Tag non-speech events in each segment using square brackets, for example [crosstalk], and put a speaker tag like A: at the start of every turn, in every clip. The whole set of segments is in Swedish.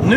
A: Nu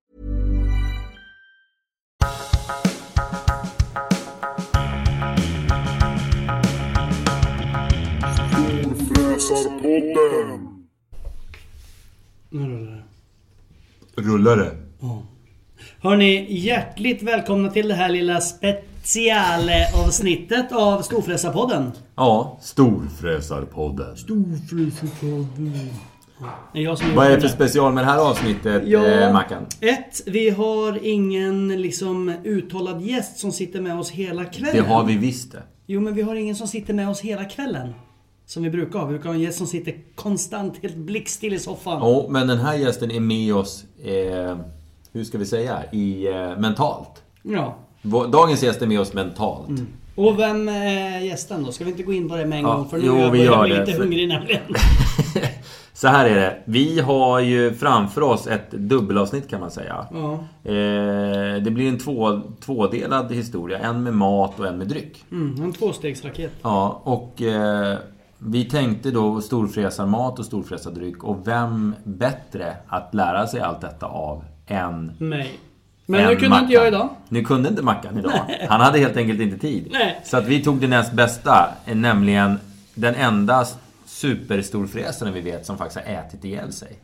B: Storfräsarpodden!
C: Nu rullar det.
B: Rullar det?
C: Hörni, hjärtligt välkomna till det här lilla specialavsnittet av Storfräsarpodden.
B: Ja, Storfräsarpodden.
C: Storfräsarpodden. Det är jag som
D: Vad är det för special med det här avsnittet, eh, Mackan?
C: ett, vi har ingen liksom uttalad gäst som sitter med oss hela
D: Det
C: kvällen.
D: har vi visst det.
C: Jo, men vi har ingen som sitter med oss hela kvällen. Som vi brukar ha. Vi brukar ha en gäst som sitter konstant helt blickstill i soffan.
D: Jo, men den här gästen är med oss, eh, hur ska vi säga, i, eh, mentalt.
C: Ja.
D: Vår- Dagens gäst är med oss mentalt.
C: Och vem är gästen då? Ska vi inte gå in på det med en
D: Ja,
C: gång? För nu
D: jo,
C: är jag
D: vi
C: börjar
D: gör
C: bli
D: det,
C: lite
D: för-
C: hungrig
D: [laughs]
C: nämligen.
D: Så här är det. Vi har ju framför oss ett dubbelavsnitt kan man säga.
C: Ja.
D: Eh, det blir en två, tvådelad historia. En med mat och en med dryck.
C: Mm, en tvåstegsraket.
D: Ja, och eh, vi tänkte då storfräsarmat och storfräsardryck. Och vem bättre att lära sig allt detta av än
C: Mig. Men
D: än
C: nu kunde
D: Mackan.
C: inte jag idag.
D: Nu kunde inte Mackan idag. Han hade helt enkelt inte tid.
C: Nej.
D: Så att vi tog det näst bästa, eh, nämligen den enda superstorfräsaren vi vet som faktiskt har ätit ihjäl sig.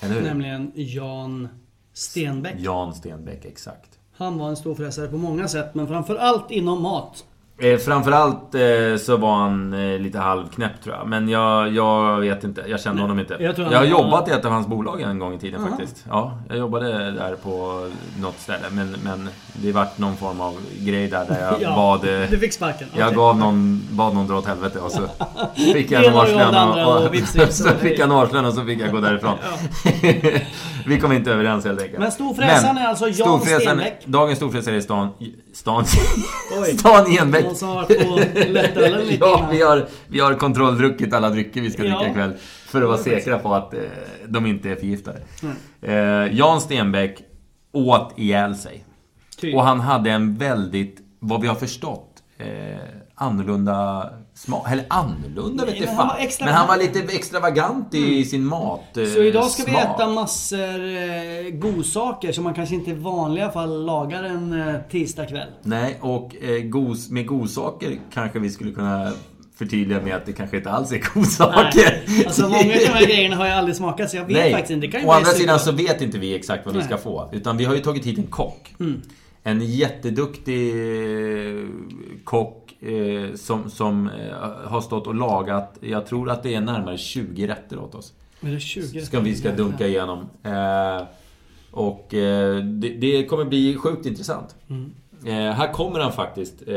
D: Eller hur?
C: Nämligen Jan Stenbeck.
D: Jan Stenbeck, exakt.
C: Han var en storfräsare på många sätt, men framförallt inom mat.
D: Eh, framförallt eh, så var han eh, lite halvknäpp tror jag. Men jag, jag vet inte. Jag kände honom inte.
C: jag
D: Jag,
C: tror han
D: har
C: var-
D: jobbat i ett av hans bolag en gång i tiden faktiskt. Ja, jag jobbade där på något ställe. Men, men det vart någon form av grej där, där
C: [laughs]
D: jag bad... eh,
C: Du fick sparken.
D: Jag
C: Okej.
D: gav någon, bad någon dra åt helvete
C: [laughs]
D: och så fick jag
C: Det
D: en
C: var ju av det
D: arslön
C: andra
D: och,
C: och vips, vips,
D: [laughs] så
C: och-
D: fick jag en arslön och så fick jag gå därifrån. [laughs] Vi kom inte överens helt enkelt.
C: Men storfräsaren
D: Men
C: är alltså Jan
D: storfräsaren-
C: Stenbeck.
D: Dagens storfräsare är Stan... Stan...
C: Oj.
D: [laughs] Stan Enbeck.
C: Någon som har varit på
D: [laughs]
C: lättölen lite
D: ja,
C: innan.
D: vi har, vi har kontrolldruckit alla drycker vi ska
C: Ja.
D: dricka ikväll. För att vara säkra på att eh, de inte är förgiftade. Eh, Jan Stenbeck åt ihjäl sig.
C: Typ.
D: Och han hade en väldigt, vad vi har förstått, eh, annorlunda smak. Eller annorlunda vet
C: Nej,
D: jag
C: men
D: fan.
C: han var extra- Mm.
D: Men han var lite extravagant i sin mat. eh,
C: Så idag ska vi
D: smak.
C: äta massor eh, godsaker som man kanske inte i vanliga fall lagar en eh, tisdagkväll.
D: Nej, och eh, gos, med godsaker kanske vi skulle kunna förtydliga med att det kanske inte alls är godsaker.
C: Nej. Alltså många av de här grejerna har jag aldrig smakat så jag vet
D: Nej.
C: faktiskt inte. Det kan ju
D: Å
C: vara
D: andra sidan så
C: supergott.
D: vet inte vi exakt vad
C: Nej. Mm.
D: vi ska få. Utan vi har ju tagit hit en kock. En jätteduktig eh, kock eh, som, som eh, har stått och lagat, jag tror att det är närmare 20 rätter åt oss.
C: Är det 20?
D: Ska vi ska
C: [laughs]
D: dunka igenom. Eh, och eh, det, det kommer bli sjukt intressant.
C: Mm.
D: Eh, här kommer han faktiskt. Eh,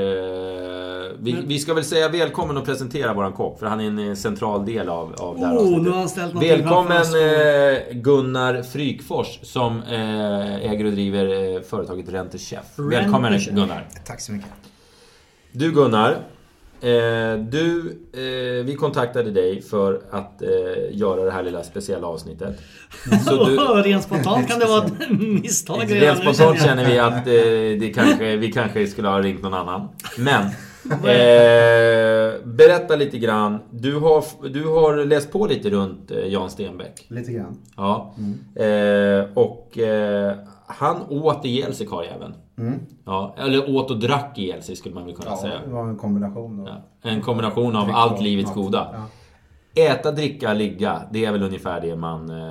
D: vi, vi ska väl säga välkommen och presentera våran kock. För han är en eh, central del av, av det här
C: Oh,
D: avsnittet.
C: nu har han ställt någonting
D: Välkommen
C: framför
D: eh, Gunnar Frykfors som eh, äger och driver eh, företaget Renter Chef.
C: Renter
D: Välkommen
C: Chef.
D: Gunnar.
E: Tack så mycket.
D: Du Gunnar. Eh, du, eh, vi kontaktade dig för att eh, göra det här lilla speciella avsnittet. Så du,
C: Rent spontant kan det vara ett misstag redan
D: Rent
C: nu,
D: spontant
C: känner jag.
D: känner vi att eh, det kanske, vi kanske skulle ha ringt någon annan. Men... Eh, berätta lite grann. Du har, du har läst på lite runt eh, Jan Stenbeck.
E: Lite grann. Mm.
D: Ja. Eh, och eh, han åt ihjäl sig karljäveln. Ja, eller åt och drack ihjäl sig skulle man väl kunna
E: Mm. Ja,
D: säga.
E: det var en kombination då.
D: Ja. En kombination av
E: Fick
D: allt
E: vara
D: livets
E: allt.
D: goda.
E: Ja.
D: Äta, dricka, ligga. Det är väl ungefär det man... eh, Det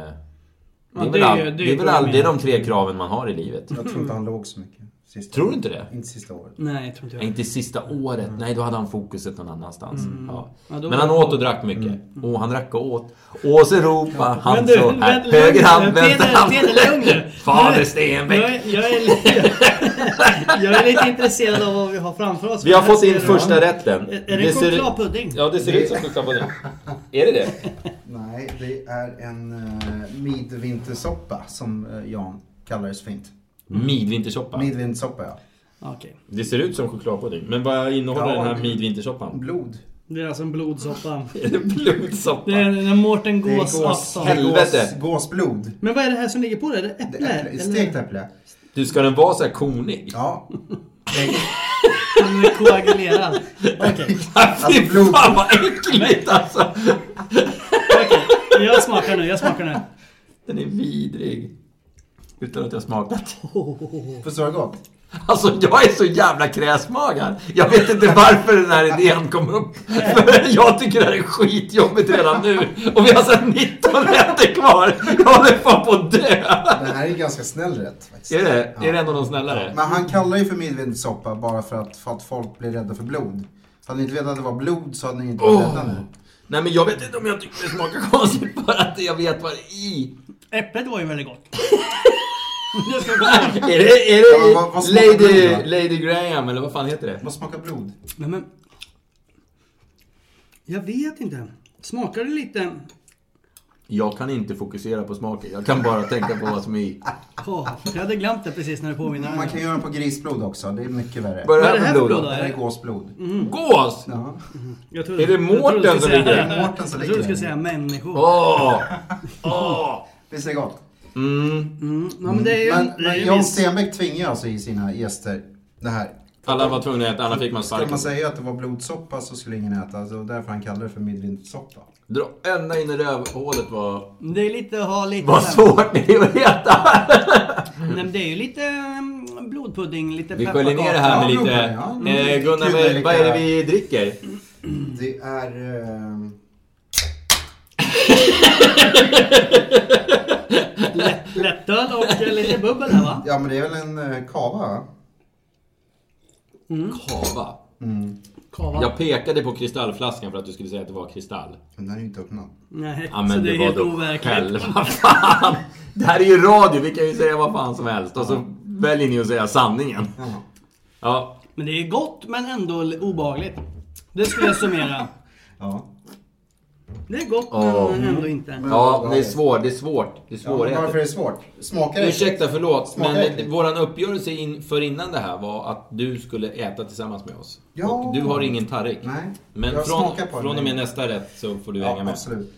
D: är,
C: det
D: väl,
C: är
D: all,
C: ju-
D: det
C: det är
D: är,
C: ju
D: väl
C: vad jag
D: all, det är
C: menar.
D: de tre kraven man har i livet.
E: Jag tror inte han låg så mycket. Sista
D: Tror du inte det?
E: Inte sista året.
C: Nej, jag tror inte
D: Ja,
C: jag.
D: inte sista året. Nej, då hade han fokuset någon annanstans. Ja.
C: Mm. Ja, då
D: Men
C: var
D: han
C: det- Mm.
D: åt och drack mycket. Och han drack och åt. Ås Europa, han
C: Men du,
D: så här.
C: vänta,
D: Höger hand,
C: Peter,
D: vänster hand.
C: Peter, lugn nu.
D: Fader
C: Nu-
D: Stenbeck.
C: Jag är, jag, är lite, jag är [laughs] lite intresserad av vad vi har framför oss.
D: Vi har fått in
C: Här ser du-
D: första rätten.
C: Är- Är det
D: ser-
C: chokladpudding?
D: Ja, det ser ut som
C: [laughs]
D: chokladpudding. Är det det?
E: Nej, det är en uh, midvintersoppa som eh, Jan kallar det så fint.
D: Midvintersoppa.
E: Midvintersoppa ja.
C: Okej.
D: Det ser ut som chokladpudding. Men vad innehåller
E: Ja.
D: den här midvintersoppan?
E: Blod.
C: Det är alltså en blodsoppa.
D: Är det blodsoppa?
C: Det är en Mårten
E: Det är
C: Gås-afton.
E: det är
D: Helvete.
E: gås- Gåsblod.
C: Men vad är det här som ligger på det? Är det äpple?
E: Det är äpple,
C: eller?
E: stekt äpple.
D: Du, ska den vara så här konig?
E: Ja. Det-
C: [laughs] Den är koagulerad.
D: [laughs]
C: Okej,
D: Fy
E: Alltså, blod-
D: fan vad äckligt alltså!
C: okej. jag smakar nu, jag smakar nu.
D: Den är vidrig. Utan att jag smakat.
E: För så är det gott.
D: Alltså jag är så jävla kräsmagad. Jag vet inte varför den här idén kom upp. För jag tycker det här är skitjobbigt redan nu. Och vi har sedan 19 rätter kvar. Jag håller fan på att dö.
E: Den här är ju ganska snäll rätt faktiskt.
D: Är det,
E: Ja.
D: är det en av de snällare?
E: Men han kallar ju för midvintersoppa bara för att, för att folk blir rädda för blod. Hade ni inte vetat att det var blod så hade ni inte varit
D: Åh.
E: rädda nu.
D: Nej men jag vet inte om jag tycker det smakar konstigt för att jag vet vad det är i.
C: Äpplet var ju väldigt gott.
D: Är det, är
E: Ja,
D: det
E: men vad- vad smakar
D: Lady,
E: den då?
D: Lady Graham eller vad fan heter det?
E: Vad smakar blod?
C: Nej men... Jag vet inte. Smakar det lite...
D: Jag kan inte fokusera på smaken. Jag kan bara tänka på vad som är i.
C: Åh, jag hade glömt det precis när du påminner
E: Man
C: mig.
E: kan göra den på grisblod också. Det är mycket värre.
D: Vad
C: Vad är det här för blod
E: Det
C: då?
E: här är gåsblod.
D: Mm. Gås!
E: Ja.
C: Jag trodde-
D: Är det
C: jag trodde du
D: Mårten
C: skulle
D: som
C: säga-
D: ligger? Det
E: är Mårten som
C: Jag trodde du
E: ligger.
C: skulle säga människor.
D: Åh! Åh!
E: Visst är det gott?
C: Ja, men det är ju...
E: Men,
C: det är
E: men
C: ju
E: Jan
C: visst.
E: Stenbeck tvingar alltså i sina gäster det här.
D: Alla var tvungna att äta, annars fick man
E: Skulle
D: sparken.
E: man säga att det var blodsoppa så skulle ingen äta. Så därför han kallar det för midvintersoppa.
D: Dra ända in i rövhålet var...
C: Det är lite att ha lite...
D: Vad
C: så här-
D: svårt det är att äta!
C: Nej, men det är ju lite mm, blodpudding, lite
D: Vi sköljer ner det här med lite... Eh, Gunnar, vad, vad är det vi dricker?
E: Det är... Eh,
C: Lättöl och eh, lite bubbel här va?
E: ja men det är väl en eh, kava va?
D: Kava. Mm.
C: Kava.
D: Jag pekade på kristallflaskan för att du skulle säga att det var kristall.
E: Men den är ju inte öppnad.
C: Nej,
D: Ja men
C: så det
D: det,
C: är
D: var
C: helt
D: då
C: overkligt.
D: själva. [laughs] Fan! Det här är ju radio, vi kan ju säga vad fan som helst. Och så väljer ni att säga sanningen. Ja.
C: Men det är gott men ändå l- obehagligt. Det skulle jag summera.
E: Ja.
C: Det är gott
D: Ja.
C: men ändå inte.
D: Ja, det är svårt. Det är svårt. Det är
E: ja men varför
D: svårigheter.
E: är det svårt? Smakar det?
D: Ursäkta, förlåt.
E: Smakar
D: Men
E: äckligt.
D: våran uppgörelse inför innan det här var att du skulle äta tillsammans med oss.
E: Ja.
D: Och du har ingen tarrik.
E: Nej,
D: Men
E: jag
D: från,
E: smakar på den.
D: från och med nästa rätt så får du hänga
E: Ja,
D: med.
E: absolut. Mm.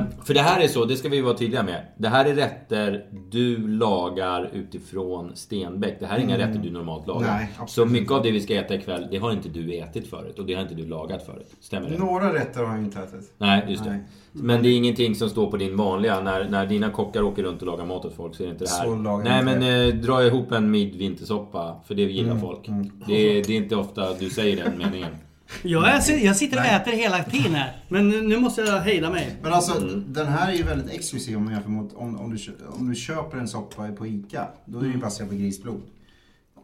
D: Ehm, För det här är så, det ska vi vara tydliga med. Det här är rätter du lagar utifrån Stenbeck. Det här är inga rätter du normalt lagar.
E: Mm. Nej, absolut
D: så mycket av det vi ska äta ikväll, det har inte du ätit förut. Och det har inte du lagat förut. Stämmer det?
E: Några rätter har jag inte ätit.
D: Nej, just det.
E: Nej.
D: Men det är ingenting som står på din vanliga. När, när dina kockar åker runt och lagar mat åt folk så är det inte det här.
E: Så lagar man
D: Nej, men
E: inte Mm,
D: eh, dra ihop en midvintersoppa. För det gillar folk. Det, är- det är inte ofta du säger den meningen.
C: Jag, är, jag sitter och äter hela tiden här. Men nu, nu måste jag hejda mig.
E: Men alltså den här är ju väldigt exklusiv om man jämför mot om, om, du, kö- om du köper en soppa på ICA. Då är
C: Mm.
E: det ju baserat på grisblod.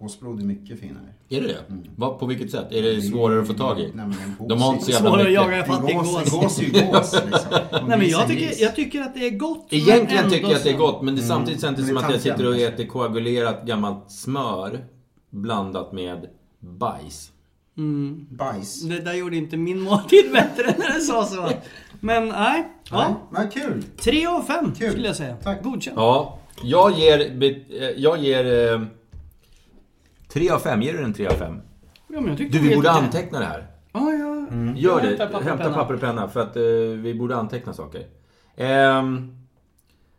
E: Gåsblod är mycket finare.
D: [laughs] Är det det?
E: Mm.
D: Vad- På vilket sätt? Är det svårare att få tag i?
E: Nej, men en gås
D: De har inte så jävla
C: Svårare att
D: mycket.
C: jaga
E: En
C: fattig
E: gås, en
C: gås.
E: gås är ju gås
C: [laughs]
E: liksom. Och
C: Nej men
E: gris
C: jag
E: är gris.
C: tycker, jag tycker att det är gott.
E: Mm.
C: men
D: Egentligen tycker
C: ändå
D: jag att det är
C: så-
D: gott men det, samtidigt känns det
E: Men
D: som
E: det är
D: att jag
E: tanken.
D: sitter och äter koagulerat gammalt smör blandat med bajs.
E: Bajs.
C: Det där gjorde inte min måltid [laughs] bättre när du sa så. Men nej. Ja.
E: Ja, men kul.
C: 3 av 5
E: Kul.
C: skulle jag säga.
E: Tack.
C: Godkänt.
D: Ja, jag eh, ger... be- eh, Jag ger... 3 av 5. Ger du den 3 av 5?
C: Ja, men jag tyckte
D: Du,
C: det
D: vi
C: var
D: borde
C: jätte-
D: anteckna det här.
C: Ja, ja.
D: Gör
C: Jag
D: det.
C: hämtar papper och
D: Hämta
C: penna.
D: papper och penna för att eh, vi borde anteckna saker. Ehm,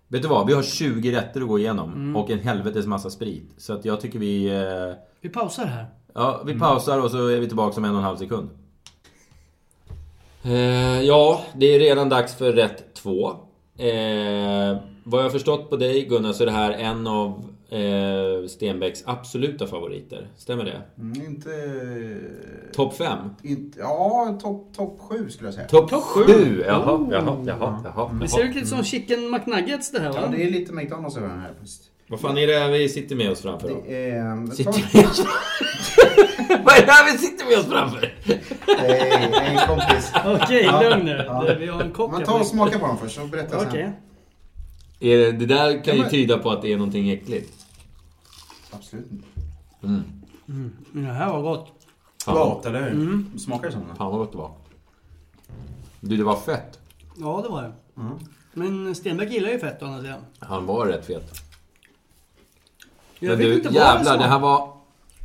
D: vet du vad? Vi har 20 rätter att gå igenom
C: Mm.
D: och en helvetes massa sprit. Så att jag tycker vi... Eh,
C: Vi pausar här.
D: ja, vi pausar och så är vi tillbaka om en och en halv sekund. Eh, ja, det är redan dags för rätt två. Eh, vad jag har förstått på dig Gunnar så är det här en av eh, Stenbecks absoluta favoriter. Stämmer det?
E: Mm, inte...
D: Topp fem?
E: Inte, ja, topp top 7 skulle jag säga.
D: Topp sju? Oh. Jaha, jaha, jaha, jaha.
C: Det ser ut lite som chicken McNuggets det här
E: Mm. Ja,
C: va?
E: det är lite McDonalds Eh, över den här faktiskt.
D: Vad fan är det vi sitter med oss framför då?
E: Ehm, ta-
D: Sitter
E: [laughs]
D: med oss... [laughs] Vad är det här vi sitter med oss framför?
E: Nej, en kompis.
C: Okej,
E: Ja.
C: lugn nu.
E: Ja.
C: Det- Vi har en kock
E: Man
C: här.
E: tar och smakar på dem först och berättar
C: Okej.
E: sen.
D: Är det, det där kan
E: Ja,
D: ju
E: men-
D: tyda på att det är någonting äckligt.
E: Absolut inte.
C: Mm, Det här var gott. Mm.
D: Fan, vad-
E: eller hur? Smakar det som det?
D: fan vad gott det var. Du, det var fett.
C: Ja, det var det.
E: Mm.
C: Men Stenbeck gillar ju fett å andra sidan.
D: Han var rätt fet.
C: Jag
D: Men
C: vet
D: du,
C: inte vad
D: jävlar.
C: som-
D: Det här var...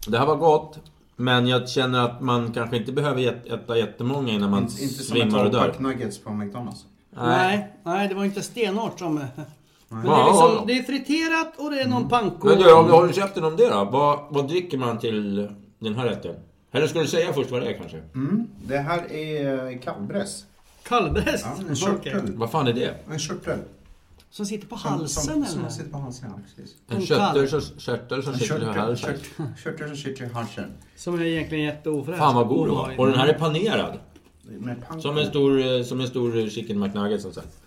D: Det här var gott. Men jag känner att man kanske inte behöver jät- äta jättemånga innan man
E: Inte, inte som ett
D: svimmar och dör.
E: tolvpack nuggets på McDonalds.
C: Nej, nej, det var inte stenhårt som... Men det,
D: Ja,
C: är
D: ja.
C: liksom, det är friterat och det är
E: Mm.
C: någon panko.
D: Men du, om du håller käften om det då. Vad, vad dricker man till den här rätten? Eller ska du säga först vad det är kanske?
E: Mm. Det här är eh, kalvbräss.
C: Kalvbräst.
E: Ja, en
C: Okej.
E: körtel.
D: Vad fan är det?
E: En körtel.
C: Som sitter på
E: Som-
C: halsen
E: som,
C: eller?
E: Som sitter på halsen, ja. Precis.
D: En
C: En
D: körtel
C: kalv.
D: som, körtel som
E: En
D: sitter i
E: körtel.
D: halsen.
E: [laughs] kört- Körtel som sitter i halsen.
C: Som är egentligen jätteofräsch.
D: Fan vad god den var.
C: Obehaglig.
D: Och den här är panerad.
E: Med panko.
D: Som en stor, eh, som en stor eh, chicken McNugget som sagt.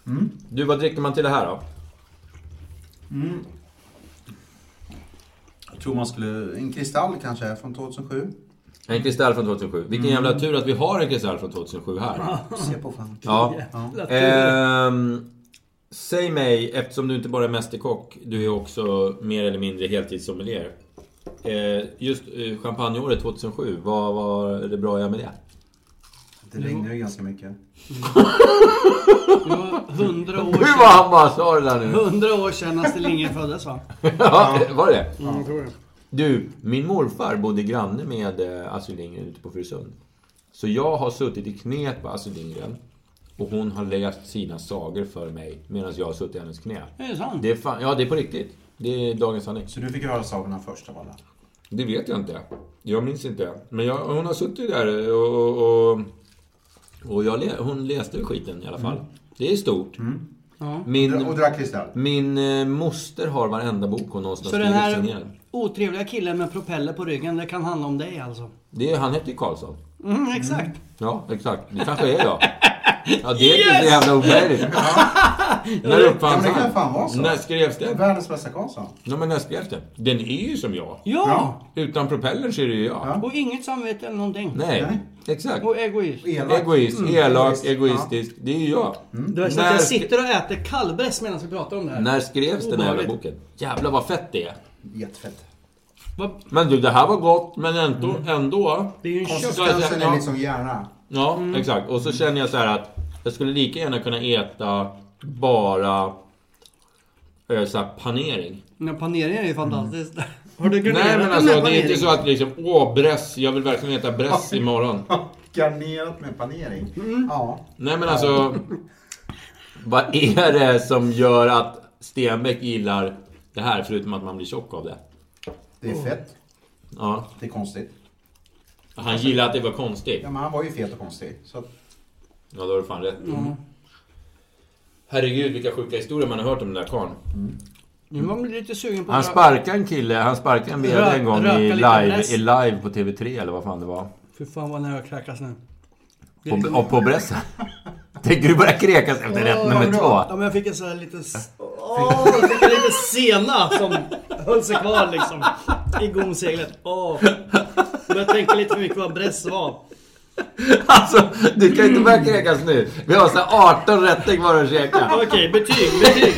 D: Du, vad dricker man till det här då?
E: Jag tror man skulle... En kristall kanske, från 2007.
D: En kristall från 2007. Vilken jävla tur att vi har en kristall från 2007 här.
E: Se på fan.
D: Ja.
C: Jävla tur.
D: Ehm, säg mig, eftersom du inte bara är mästerkock, du är också mer eller mindre heltidssommelier. Eh, just eh, champagneåret 2007, vad var det bra jag med det?
E: Det regnar ju ganska mycket.
C: Det var
D: [laughs]
C: hundra år
D: Hur
C: sedan.
D: var han bara sa det där nu?
C: Hundra år sedan Astrid Lindgren
E: [laughs]
C: föddes va?
D: [laughs] Ja, var det
C: Mm, jag tror det.
D: Du, min morfar bodde granne med eh, Astrid Lindgren ute på Furusund. Så jag har suttit i knät på Astrid Lindgren och hon har läst sina sagor för mig medan jag har suttit i hennes knä.
C: Det är sant.
D: Det är fan, ja, det är på riktigt. Det är dagens sanning.
E: Så du fick höra sagorna först av alla.
D: Det vet jag inte. Jag minns inte. Men jag, hon har suttit där och... och, och- och jag, lä- hon läste skiten i alla fall. Det är stort. Min,
E: Och drack kristall.
D: min eh, moster har varenda bok hon någonsin
C: Så
D: har
C: den
D: skrivit
C: här
D: signerad.
C: otrevliga killen med propeller på ryggen, det kan handla om dig alltså?
D: Det är, han heter ju Karlsson.
C: Mm, exakt.
D: Ja, exakt. Det kanske är jag. Ja, det är inte så jävla omöjligt. När
E: Ja,
D: uppfanns
E: men det
D: han?
E: kan fan vara så.
D: När skrevs
E: Det är
D: det?
E: världens bästa Karlsson.
D: Ja, men när skrevs det? Den är ju som jag.
C: Ja!
D: Utan propeller så är det ju jag.
C: Och inget samvete eller någonting.
D: Nej, exakt.
C: Och egoism.
E: Elak. Mm.
D: Egoist, elak,
E: egoist. Mm.
D: egoistisk. Det är ju jag.
C: Det värsta är
D: När
C: att jag
D: sk-
C: sitter och äter kalvbräss medan vi pratar om det här.
D: När skrevs den här jävla
C: Obehagligt.
D: boken? Jävlar vad fett det är.
E: Jättefett.
C: Vad-
D: Men du, det här var gott, men ändå...
E: Mm.
D: ändå
C: Det är ju en kött...
E: Konsistensen är liksom gärna.
D: Ja, exakt. Och så känner jag så här att jag skulle lika gärna kunna äta bara eh, så här, panering.
C: Men Paneringen är ju fantastisk. [laughs] Har du garnerat
D: Nej men
C: den
D: alltså
C: med
D: det är inte
C: panering?
D: så att liksom åh bress, jag vill verkligen äta bress imorgon.
E: Garnerat med panering. Ja.
D: Nej men alltså vad är det som gör att Stenbeck gillar det här förutom att man blir tjock av det?
E: Det är fett.
D: Ja.
E: Det är konstigt.
D: Han gillar att det var konstigt.
E: Ja, men han var ju fet och konstig. Så att, Mm.
D: Ja, då har du fan rätt. Herregud, vilka sjuka historier man har hört om den där karln.
C: Nu var man lite sugen på
D: Han
C: att-
D: sparkade en kille, han sparkade en vd
C: Rök-
D: en gång
C: röka
D: i
C: lite
D: live,
C: bress.
D: i live på TV3 eller vad fan det var.
C: Fy fan vad den här kräkas nu. Det är
D: På,
C: liksom-
D: och på bressen. [laughs] Tänker du börja krekas efter rätt nummer
C: Ja,
D: två?
C: men jag fick en sån här liten... s- Åh, jag fick en liten sena som höll sig kvar liksom. I gomseglet. Åh. Men jag tänkte lite för mycket vad bress var.
D: Alltså, du kan inte börja krekas nu. Vi har så här 18 rätter kvar att käka.
C: Okej, betyg, betyg.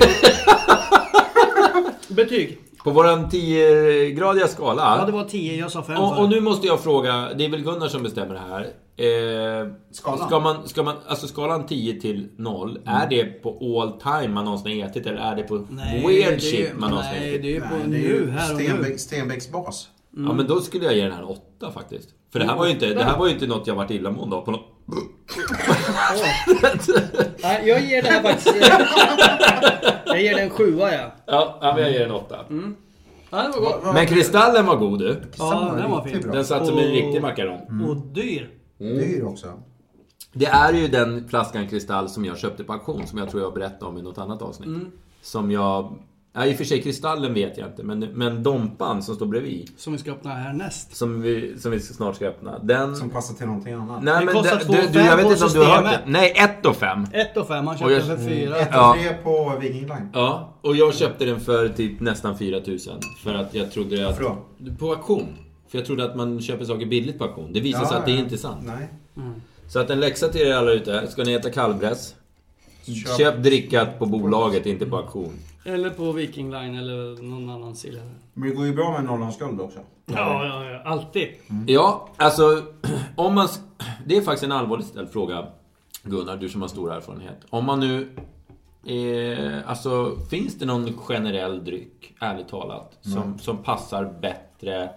C: betyg.
D: På våran 10-gradiga skala.
C: Ja, det var 10. Jag sa 5
D: Och, och nu måste jag fråga, det är väl Gunnar som bestämmer det här. Eh,
E: Skalan.
D: Ska man, ska man, alltså skalan 10 till 0, är det på all time man någonsin har ätit eller är det på weird shit man någonsin har
C: Nej,
D: ätit?
C: det är ju på
E: det är
C: nu,
E: ju
C: här och nu.
E: Stenbeck, Stenbecks bas.
D: Ja men då skulle jag ge den här en åtta faktiskt. För det här var ju inte, det här var ju inte något jag varit illamående av på något...
C: Nej, jag ger det här [laughs] faktiskt... jag ger den en sjua ja.
D: Ja, ja men jag ger den en åtta.
C: ja det var gott.
D: Men kristallen var god du.
C: Ja, den var fin.
E: Riktigt bra. Mm.
D: Den satt som en riktig makaron.
C: Och dyr.
E: Dyr också.
D: Det är ju den flaskan kristall som jag köpte på auktion, som jag tror jag berättade om i något annat avsnitt.
C: Mm.
D: Som jag... Ja, i och för sig kristallen vet jag inte, men, men Dompan som står bredvid.
C: Som vi ska öppna härnäst.
D: Som vi, som vi snart ska öppna. Den...
E: Som passar till någonting annat.
D: Nej,
C: Den kostar
D: den-
C: 2,5
D: jag vet
C: på
D: inte om du har hört
C: Systemet.
D: den. Nej, 1 och 5.
C: 1 och 5, han
D: Och
C: köpte
D: jag-
C: den för 4.
E: Mm, Ett
D: Ja.
E: och tre på Viking Line.
D: Ja, och jag köpte den för typ nästan 4000. För att jag trodde att...
E: Varför då?
D: På auktion. För jag trodde att man köper saker billigt på auktion. Det visar sig att det är inte sant.
E: Nej.
D: Så att en läxa till er alla ute. Ska ni äta kalvbräss? Köp,
E: Köp-
D: drickat på bolaget, inte på auktion.
C: Eller på Viking Line eller någon annan sida.
E: Men det går ju bra med en Norrlandsguld också. Mm.
C: Ja, ja, ja. Alltid.
D: Ja, alltså [clears throat] om man... s- Det är faktiskt en allvarligt ställd fråga, Gunnar, du som har stor erfarenhet. Om man nu... Eh, alltså, finns det någon generell dryck, ärligt talat, som, som passar bättre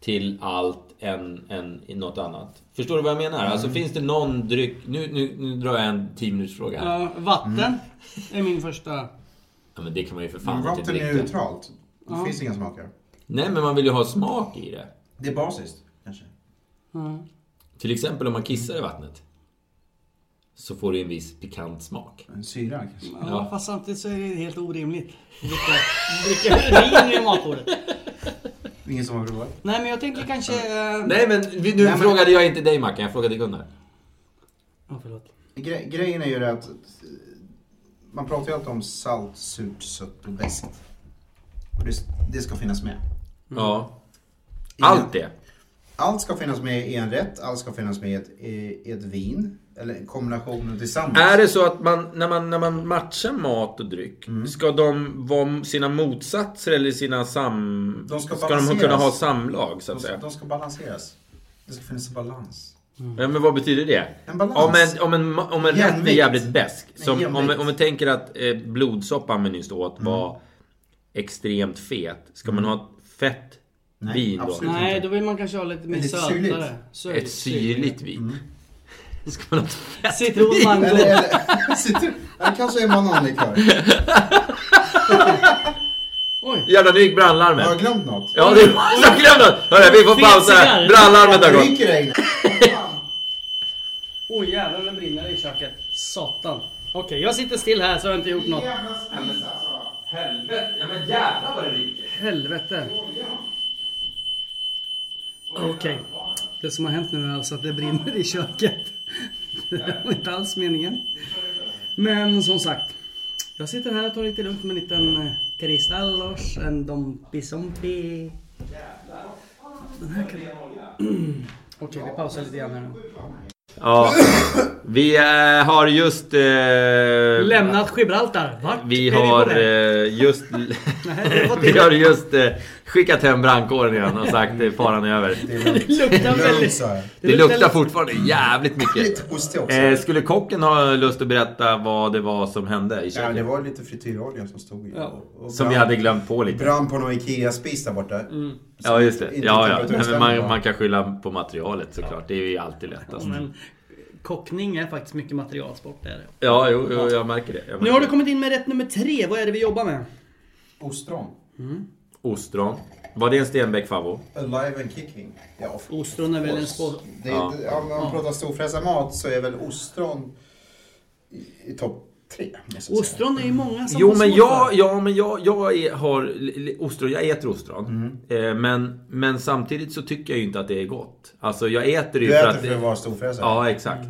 D: till allt än, än i något annat? Förstår du vad jag menar? Alltså, finns det någon dryck... Nu, nu, nu drar jag en 10 minuters fråga här.
C: Ja, vatten
E: Mm.
C: är min första.
D: Ja, men det kan man ju för
E: Men
D: fan inte
E: vatten är
D: dricka.
E: neutralt. Det finns inga smaker.
D: Nej, men man vill ju ha smak i det.
E: Det är basiskt, kanske.
D: Till exempel om man kissar i vattnet. Så får du en viss pikant smak.
E: En syra kanske.
C: Ja, Fast samtidigt så är det helt orimligt. Dricka, dricka urin i matbordet.
E: Ingen som har provat?
C: Nej men jag tänker kanske... Eh...
D: Nej men vi- nu
E: Nej, men- Mm.
D: frågade jag inte dig Mackan, jag frågade Gunnar.
C: Ja, förlåt.
E: Gre- grejen är ju det att eh, man pratar ju alltid om salt, surt, sött och beskt. Och det, det ska finnas med.
D: Ja. Allt det.
E: Allt ska finnas med i en rätt, allt ska finnas med i ett, i ett vin. Eller en kombination tillsammans.
D: Är det så att man, när man, när man matchar mat och dryck,
E: Mm.
D: ska de vara sina motsatser eller sina sam...
E: De ska
D: de
E: balanseras.
D: kunna ha samlag så att
E: de,
D: säga?
E: de ska balanseras. Det ska finnas en balans.
D: Ja, men vad betyder det?
E: En balans.
D: Om en, om en, ma- om en rätt är
E: Jämvikt.
D: jävligt besk.
E: En
D: Som, om,
E: jämvikt. Mm.
D: om vi tänker att eh, blodsoppan vi nyss åt var extremt fet. Ska man ha ett fett
E: Nej,
D: vin då?
E: absolut.
C: Nej, då vill man kanske ha lite mer
E: Lite syrligt.
C: sötare. Syrligt,
D: Ett syrligt vin.
E: Mm.
D: [laughs] Ska man ha ett fett
C: Citron, mango.
E: Eller, eller, [laughs] sitter, eller kanske är bananlikör.
C: Oj.
D: Jävlar, nu gick brandlarmet.
E: Har jag glömt något?
D: Ja, det [laughs] var glömde Hörru, vi får
C: Fet
D: pausa här.
C: cigarr.
D: Brandlarmet har
E: Jag
D: gått.
E: ryker dig.
C: Oj jävlar, det brinner i köket. Satan. Okej, jag sitter still här så har jag inte gjort något.
D: alltså, Helvete, ja men jävlar vad det ryker.
C: Helvete. Okej. Det som har hänt nu är alltså att det brinner i köket. Det var inte alls meningen. Men som sagt. Jag sitter här och tar lite lugnt med en liten eh, Cristallos, en Dompi Sompi. Den här kan... [clears throat] Mm. Okej, vi pausar lite grann här nu.
D: Ja, vi eh, har just... Eh,
C: Lämnat Gibraltar. Vart
D: Vi
C: är vi på
D: har
C: väg?
D: eh, just... [laughs]
C: Nej, det var
D: Vi
C: till-
D: har just eh, skickat hem brandkåren igen och sagt eh, faran är över.
C: [laughs] Det luktar
E: Glömt
C: väldigt...
E: sa jag.
D: Det luktar fortfarande jävligt mycket.
E: Lite ost också.
D: Eh, skulle kocken ha lust att berätta vad det var som hände i
E: Ja, det
D: köket?
E: var lite frityrolja som stod i. Och- och
D: Som vi
E: brann-
D: hade glömt på lite.
E: Brann på någon IKEA-spis där borta.
D: Ja, just det.
E: Inte
D: Ja, ja.
E: temperatur
D: Nej, men
E: stämmer
D: man,
E: bra.
D: man kan skylla på materialet såklart. Det är ju alltid lättast.
C: Men kockning är faktiskt mycket materialsport. Där.
D: Ja, jo, jo jag märker det. Jag märker
C: Nu har
D: det.
C: du kommit in med rätt nummer tre. Vad är det vi jobbar med?
E: Ostron.
D: Ostron. Var det en Stenbeck-favvo?
E: Alive and kicking. Ja, of
C: Ostron är väl en
E: course.
C: spå-
E: Det, det, om man pratar storfräsad mat så är väl ostron i, i topp tre. måste jag säga.
C: Ostron är ju många som
D: Jo
C: har
D: men
C: svårt
D: jag,
C: för.
D: ja, men jag, jag är, har li- li- ostron, jag äter ostron.
E: Mm.
D: Eh, men, men samtidigt så tycker jag ju inte att det är gott. Alltså jag äter det ju
E: Du
D: för
E: äter
D: att...
E: för att vara Mm. storfräsare?
D: ja exakt.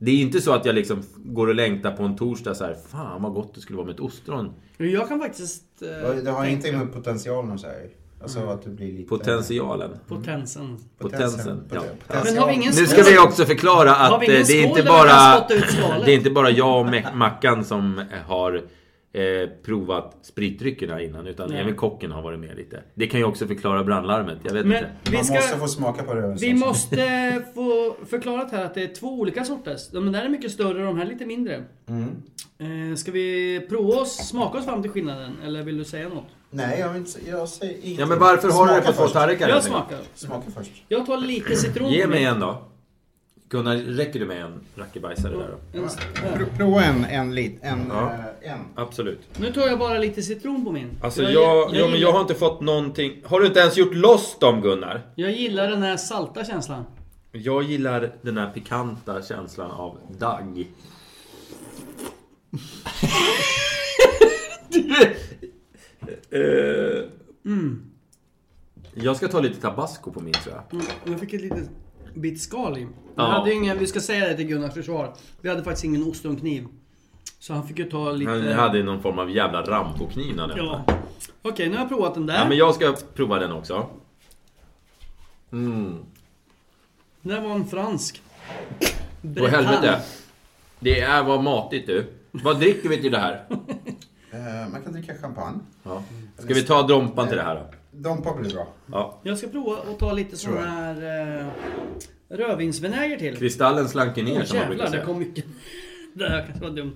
D: Det är inte så att jag liksom går och längtar på en torsdag så här. Fan vad gott det skulle vara med ett ostron.
C: Jag kan faktiskt... Eh,
E: Det har
C: tänka Mm.
E: ingenting med potentialen att säga. Alltså att du blir lite...
D: Potentialen.
C: potensen.
D: Potensen. Ja.
E: Poten-
C: Men har vi ingen
D: Nu
C: skål?
D: ska vi också förklara
C: Har
D: att
C: vi
D: eh,
C: ingen
D: det är
C: skål
D: inte
C: där vi kan
D: bara...
C: spotta ut skalet?
D: Det är inte bara jag och Mac- Mackan som har eh, provat spritdryckerna innan utan
C: Nej.
D: även kocken har varit med lite. Det kan ju också förklara brandlarmet. Jag vet
C: Men
D: inte.
C: vi
E: Man
C: ska...
E: måste få smaka på röven.
C: Vi måste
E: [laughs]
C: få förklarat här att det är två olika sorters. De där är mycket större och de här är lite
E: Mm.
C: mindre. Eh, ska vi prova oss, smaka oss fram till skillnaden? Eller vill du säga något?
E: Nej, jag, vill inte, jag säger ingenting.
D: Ja men varför har du det
E: Smaka
D: på två
E: först.
D: tallrikar?
C: Jag
D: helt enkelt?
C: smakar.
E: Smaka först.
C: Jag tar lite citron.
D: Ge mig en då. Gunnar, räcker du med en rackebajsare där då?
C: En st- där.
E: Pro- Prova en, en lit. En,
D: Ja.
E: eh, en.
D: Absolut.
C: Nu tar jag bara lite citron på min.
D: Alltså jag, jag, jag, men jag har inte fått någonting. Har du inte ens gjort loss dem Gunnar?
C: jag gillar den här salta känslan.
D: Jag gillar den här pikanta känslan av
C: [laughs]
D: dagg. Du, eh, Jag ska ta lite tabasco på min tror jag.
C: Mm, Jag fick ett litet bit skal i. Vi,
D: Ja.
C: hade ju ingen, vi ska säga det till Gunnars försvar. Vi hade faktiskt ingen ost och en kniv. Så han fick ju ta lite...
D: Han hade någon form av jävla Rambo-kniv när den var.
C: Ja. Okej, nu har jag provat den där.
D: Ja, men jag ska prova den också. Mm.
C: Den där var en fransk.
D: Åh helvete. Det är vad matigt du. Vad dricker vi till det
C: [laughs]
D: här?
E: Eh, man kan dricka champagne.
D: Ja. Ska vi ta drompan till det här då?
E: Dompa blir bra.
D: Ja.
C: Jag ska prova att ta lite sån
E: Tror jag.
C: här eh, rödvinsvinäger till.
D: Kristallen slank ju ner
C: Åh
D: som man brukar
C: jävlar, det
D: säga.
C: kom mycket. [laughs] Det här kanske var dumt.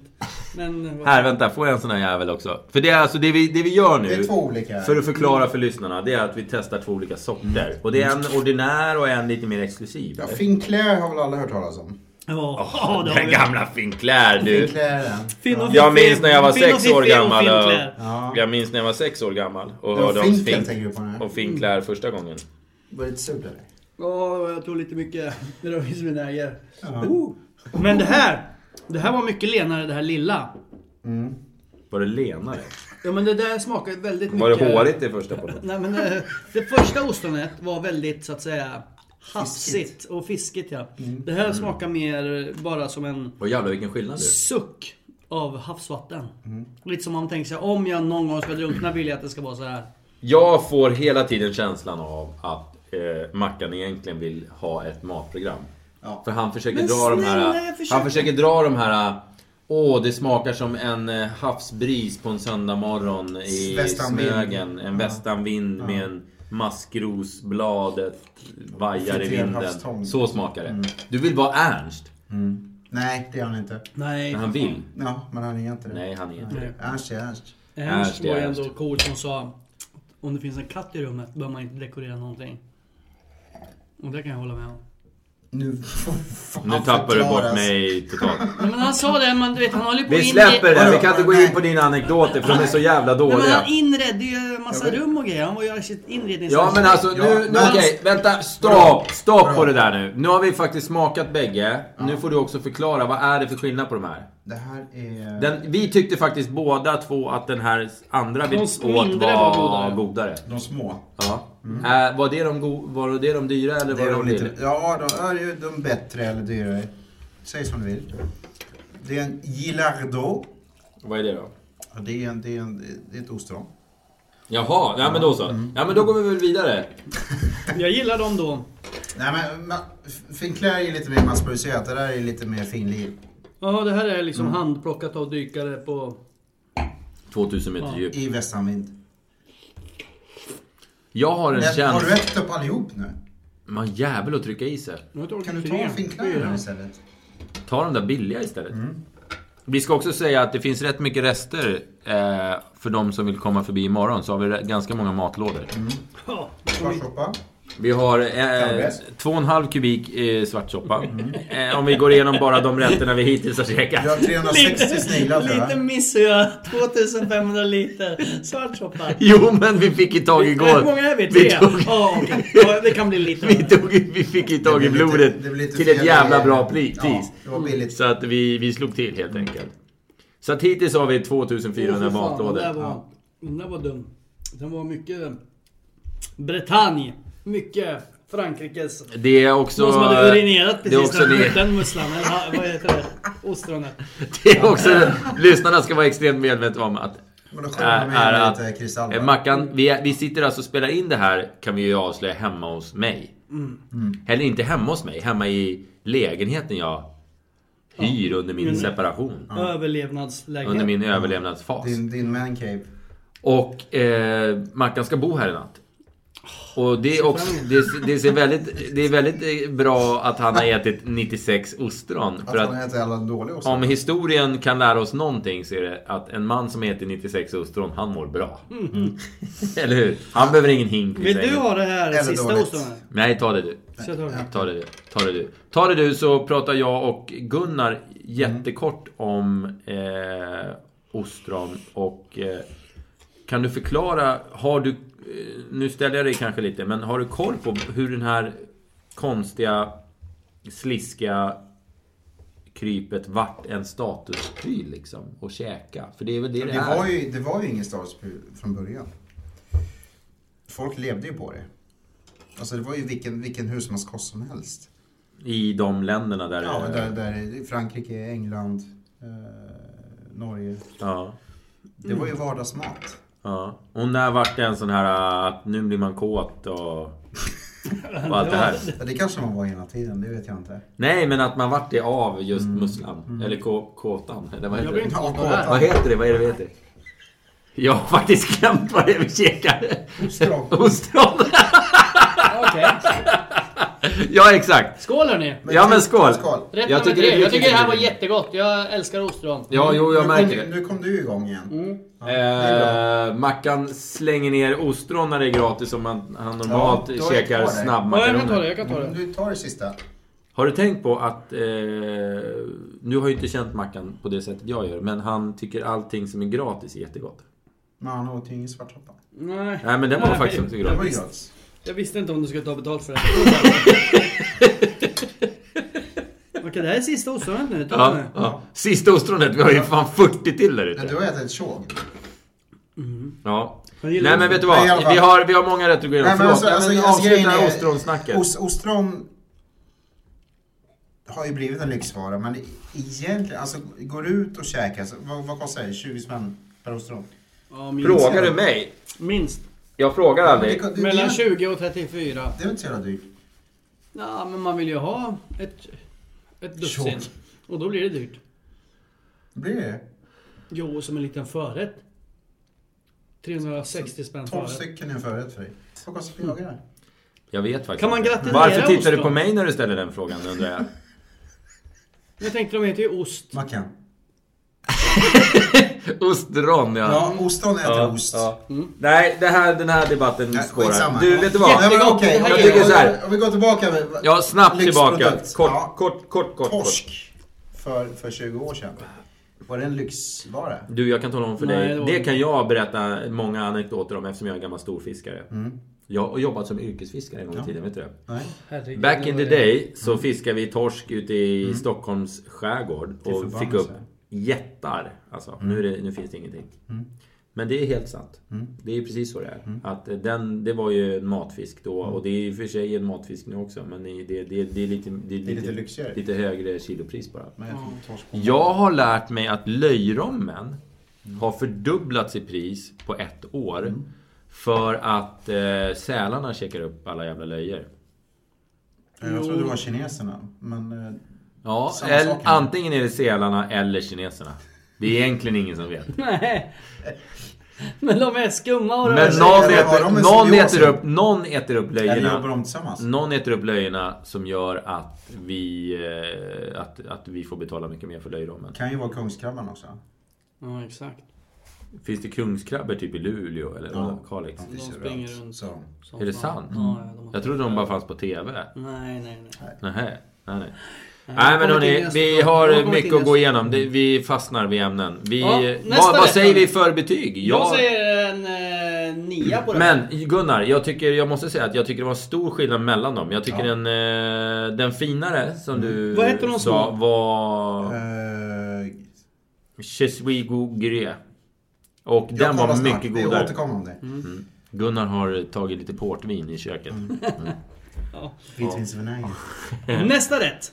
C: Men... eh, vad-
D: Här, vänta. Får jag en sån här jävel också? För det är alltså det vi, det vi gör nu.
E: Det är två olika.
D: För att förklara för lyssnarna, det är att vi testar två olika sorter. Och det är en ordinär och en lite mer exklusiv.
E: Ja,
D: eller?
E: Finclair har väl alla hört talas om?
C: Ja, ja, det har
D: Den
C: vi.
D: gamla Finclair du!
E: Finclair är en.
C: Finn och
D: Jag
C: Fiffi,
D: minns när jag var
C: Finn och
D: sex år
C: Fiffi och
D: gammal
C: Finn
D: och-
C: Claire.
E: Ja.
D: Jag minns när jag var sex år gammal och
E: Det var
D: hörde om
E: Finkel,
D: Fink-
E: tänker du på nu?
D: och Finclair första gången.
E: Var det ett surt eller?
C: Ja, jag tog lite mycket [laughs] rödvinsvinäger.
E: Ja.
C: Oh. Men det här! Det här var mycket lenare det här lilla.
D: Var det lenare?
C: Ja men det där smakar ju väldigt mycket...
D: Var det hårigt det första på något?
C: Nej men det, det första ostronet var väldigt så att säga hafsigt
E: Fiskigt.
C: och fiskigt ja.
D: Mm.
C: Det här smakar mer bara som en
D: Åh jävlar vilken skillnad du.
C: suck av havsvatten.
D: Mm.
C: Lite som man tänker sig om jag någon gång ska drunkna vill jag att det ska vara så här.
D: Jag får hela tiden känslan av att eh, Mackan egentligen vill ha ett matprogram.
E: Ja.
D: För han försöker
C: Men
D: dra de
C: snälla,
D: här...
C: jag försöker-
D: Han försöker dra de här... Åh, det smakar som en eh, havsbris på en söndagmorgon i
E: Västanvind.
D: Smögen. En västanvind med en maskrosbladet vajar i
E: Friterad havstång. Mm.
D: vinden. Så smakar det. Du vill vara Ernst.
E: Nej, det är han inte.
C: Nej.
D: Men han vill.
E: Ja, men han är inte det.
D: Nej, han är inte det.
E: Ernst är Ernst.
C: Ernst
D: Ernst,
C: var ju
D: Ernst.
C: ändå cool som sa om det finns en katt i rummet behöver man inte dekorera någonting. Och det kan jag hålla med om.
E: Nu får fan
D: Nu tappar du bort
E: förklaras.
D: mig
C: [laughs]
D: totalt.
C: Nej, men han sa det, men du vet han håller på
D: Vi
C: in
D: släpper
C: i...
D: det. Vi kan inte gå in på dina anekdoter för de är så jävla
C: Nej, men
D: dåliga.
C: han inredde ju en massa rum och grejer. Han var ju inredningsarkitekt.
D: Ja men alltså nu,
E: Ja,
D: nu
E: men-
D: okej, vänta, stopp! Stopp på
E: Bra.
D: det där nu. Nu har vi faktiskt smakat bägge. Nu får du också förklara, vad är det för skillnad på de här?
E: Det här är...
D: Den, vi tyckte faktiskt båda två att den här andra vi
C: De
D: åt
C: mindre
D: var,
C: var godare.
D: godare.
E: De små.
D: Ja. Äh, var, det de go- var det de dyra
E: Det
D: eller var
E: är
D: det
E: de
D: de
E: lite,
D: billiga?
E: ja, de är ju de bättre eller dyrare. Säg som du vill. Det är en Gillardo.
D: Vad är det då?
E: Ja, Det är, en, det, är en, det är ett ostron.
D: Jaha, ja men då så.
E: Mm.
D: Ja men då går vi väl vidare.
C: Jag gillar dem då.
E: Nej men, ma- Finclair är lite mer massproducerat. Det där är lite mer Mm. finlir.
C: Ja, det här är liksom handplockat av dykare på...
D: 2000 meter djup.
E: I västanvind.
D: Jag har en
E: Men, har du
D: känsla...
E: ätit upp allihop nu?
D: Man jävel att trycka i sig.
C: Jag tror
E: Kan
C: det
E: du
C: är
E: ta
C: tre.
E: en Finclair nu istället?
D: Ta de där billiga istället.
E: Mm.
D: Vi ska också säga att det finns rätt mycket rester eh, för de som vill komma förbi imorgon. Så har vi rä- ganska många matlådor.
E: Mm.
C: Ja.
E: Svartsoppa.
D: Vi har eh,
E: Kalvräst.
D: två och en halv kubik eh, svartsoppa.
E: Mm.
D: Eh, om vi går igenom bara de rätterna vi hittills har käkat.
E: Du har 360 sniglar tror
C: Lite
E: jag.
C: missar jag. 2500 liter
D: [laughs]
C: svartsoppa.
D: Jo men vi fick ju tag
C: Hur
D: igår.
C: många är vi?
D: Vi
C: Tre?
D: tog,
C: Ja, okej. Ja, det kan bli
D: [laughs]
C: lite.
D: vi tog, vi fick ju tag i
E: Ah, Det blir lite-
D: blodet
E: det blir lite
D: till ett
E: fel-
D: jävla bra pri- pris.
E: Ja, det var billigt.
D: Så att vi, vi slog till helt enkelt. Så att hittills har vi 2400
C: Åh, för fan,
D: matlådor.
C: Den där var, den där var dum. Den var mycket Bretagne. Mycket Frankrikes.
D: Det är också...
C: Någon som hade urinerat
D: det är
C: precis
D: också
C: när han
D: det.
C: åt den musslan. Eller ha- vad heter det? Ostronet.
D: [laughs] Det är också... lyssnarna ska vara extremt medvetna om att...
E: Men då
D: Är,
E: sköljer man
D: är
E: med
D: att
E: lite
D: eh,
E: kristall.
D: Mackan, vi, är- vi sitter alltså och spelar in det här kan vi ju avslöja hemma hos mig.
C: Mm.
E: Mm.
D: Eller inte hemma hos mig, hemma i lägenheten jag hyr under min separation.
C: Överlevnadslägenhet.
D: Under min överlevnadsfas.
E: Din, din mancave.
D: Och eh, Mackan ska bo här i natt. Och det är också, det, det, ser väldigt, det är väldigt eh, bra att han har ätit 96 ostron. För
E: Att han
D: att
E: äter alla dåliga också.
D: om historien kan lära oss någonting så är det att en man som äter 96 ostron, han mår bra. Mm. Eller hur? Han behöver ingen hink vid
C: Mm. Vill du
D: sängen.
C: ha det här
E: Eller
C: sista
E: dåligt.
C: osten? här?
D: Nej, ta det du.
C: Så jag tar det.
D: Ta det du. Ta det du. Ta det du så pratar jag och Gunnar jättekort om eh, ostron och eh, kan du förklara, har du, eh, nu ställer jag dig kanske lite, men har du koll på hur den här konstiga, sliska krypet vart en statuspryl liksom? Och käka? För det är väl det det,
E: Det
D: är?
E: var ju, det var ju ingen statusbud från början. Folk levde ju på det. Alltså det var ju vilken, vilken husmanskost som helst.
D: I de länderna där eh,
E: Ja,
D: det-
E: där, där Frankrike, England, eh, Norge.
D: Ja.
E: Det var ju vardagsmat.
D: Ja. Och när vart det en sån här äh, att nu blir man
F: [laughs]
D: kåt och... och allt det här?
E: Ja, det kanske man var hela tiden, det vet jag
C: [laughs]
E: inte.
D: Nej, men att man vart det av just
F: Mm.
D: musslan. Eller kå, kåtan. Eller vad heter det?
E: Ja,
D: Vad heter det? Vad är det vi heter? Jag har faktiskt glömt vad det är vi käkade.
E: Ostron.
D: [laughs] Ostron.
F: Okej.
D: ja, exakt.
F: Skål hörni!
D: Ja, men skål.
E: Skål.
F: Rätt
D: Jag
F: jag tycker,
D: tycker-
F: tre.
D: jag
F: jag tycker det här var
D: tycker-
F: jättegott. Jag älskar ostron.
D: Ja, jo, jag
E: nu,
D: märker
E: kom,
D: det.
E: nu kom du igång igen. Ja, det är
D: Eh, Mackan slänger ner ostron när det är gratis om man, han normalt
E: Ja, då är det
F: Ja, jag
E: kvar där.
D: käkar
F: kan ta
D: snabbmakaroner.
F: det, jag kan ta
E: bra.
F: det.
E: Du tar det sista.
D: Har du tänkt på att... Eh, nu har ju inte känt Mackan på det sättet jag gör, men han tycker allting som är gratis är jättegott.
E: Men han åt ju ingen svartoppa.
C: Nej,
D: Nej men den var
C: Nej.
D: faktiskt inte
E: Det var ju
D: gratis.
E: gratis.
C: jag visste inte om du skulle ta betalt för det.
D: [laughs]
C: Okej, det här är sista ostronet nu. Ta den
D: Ja,
C: här.
D: ja. Sista ostronet, vi har ju fan 40 till där
E: Men
D: ute.
E: du har ätit tjog.
D: Ja.
C: Jag
D: Nej
C: gillar
D: men vet du vad?
E: Nej, i alla fall.
D: Vi har, vi har många rätt att gå igenom.
E: Nej, men
D: Förlåt,
E: alltså,
D: Nej,
E: alltså,
D: men
E: alltså, grejen
D: avsluta
E: är-
D: ostronsnacket.
E: Os, ostron har ju blivit en lyxvara, men egentligen, alltså går du ut och käkar, så, vad, vad kostar det? 20 spänn per ostron?
C: Ja, minst.
D: Frågar du mig?
C: Minst.
D: Jag frågar aldrig.
E: Det- det-
F: Mellan
E: det-
F: 20 och 34.
E: Det är väl inte så jävla dyrt?
C: Ja, men man vill ju ha ett, ett dussin.
E: Tjock.
C: Och då blir det dyrt.
E: Det blir det.
C: Jo, som en liten förrätt. 360 spänn
E: 12
C: förrätt.
E: stycken är en förrätt för dig. Vad kostar pilagar?
D: Jag vet faktiskt
C: Kan man
D: inte.
C: gratulera
D: Varför tittar du
C: ostron?
D: på mig när du ställer den frågan undrar jag? [laughs]
C: Jag tänkte de heter ju ost.
E: Mackan?
D: Ostron ja.
E: Ja, ostron äter
D: Ja,
E: ost.
D: ja. Nej, det här, den här debatten
E: Nej,
D: spårar.
E: skitsamma.
D: Du, vet du vad?
E: Nej, men okej.
D: Jag tycker så här.
E: Om vi går tillbaka. med-
D: Ja, snabbt
E: lyxprodukt.
D: tillbaka. Kort,
E: Ja,
D: kort, kort, kort, kort.
E: Torsk. För, för 20 år sedan. Var det en lyxvara?
D: Du, jag kan tala om för
C: Nej,
D: dig.
C: det
D: Det,
C: var-
D: kan jag berätta många anekdoter om eftersom jag är en gammal storfiskare. Jag har jobbat som yrkesfiskare en gång i tiden, vet du det?
E: Nej.
F: Herregud,
D: Back
F: nu
D: in
F: var
D: the
F: det-
D: day så fiskade vi torsk ute i Stockholms skärgård
E: Till
D: och fick
E: förbannelse.
D: upp jättar. Alltså, nu, är det, nu finns det ingenting. Men det är helt sant. Det är precis så det är. Att eh, den, det var ju en matfisk då och det är i och för sig en matfisk nu också men det, det, det, det är lite, det, är
E: Det är lite
D: lite,
E: lyxigare.
D: lite högre kilopris bara.
E: Men jag tror torsk.
D: Jag har lärt mig att löjrommen har fördubblats i pris på ett år. För att eh, sälarna käkar upp alla jävla löjor.
E: Jag trodde det var kineserna. Men eh,
D: Ja,
E: Samma
D: eller,
E: sak.
D: antingen är det sälarna eller kineserna. Det är egentligen ingen som vet.
C: Nej. Men de är skumma och röda.
D: Men någon
E: eller har de
D: äter,
E: en
D: någon
E: symbios?
D: äter, upp, någon äter upp
E: eller jobbar
D: löjorna.
E: de tillsammans?
D: Någon äter upp löjorna som gör att vi, eh, att, att vi får betala mycket mer för löjrommen.
E: Kan ju vara kungskrabban också.
C: Ja, exakt.
D: Finns det kungskrabbor typ i Luleå eller
E: Ja.
D: Kalix?
E: Det ser
C: springer
E: bra ut.
C: runt.
E: Så.
C: Sånt
D: Är det
C: fan.
D: sant?
C: Ja, ja, de har...
D: Jag trodde de bara fanns på TV.
C: Nej, nej, nej.
D: Nähä. Nej, nej. nej
C: har
D: men
C: kommit in
D: hörni,
C: nästa
D: vi
C: fråga. Jag har
D: har
C: kommit
D: mycket
C: in
D: att gå igenom. Det- Vi fastnar vid ämnen. Vi,
C: Ja, nästa
D: vad, vad
C: vecka.
D: säger vi för betyg?
C: Jag
D: Jag-
C: säger en eh, nia på det.
D: Men Gunnar, jag, tycker, jag måste säga att jag tycker det var stor skillnad mellan dem. Jag tycker
E: Ja.
D: den, eh, den finare som du
C: Mm. Vad hette de
D: sa
C: små?
D: var
E: Eh,
D: Je suis gougré. Och
E: jag
D: den
E: kollar
D: var
E: snabbt.
D: mycket
E: Vi
D: godare. Mm.
E: återkommer om det.
C: Mm.
D: Gunnar har tagit lite portvin i köket.
E: Mm. Vitvinsvinäger.
C: Nästa rätt.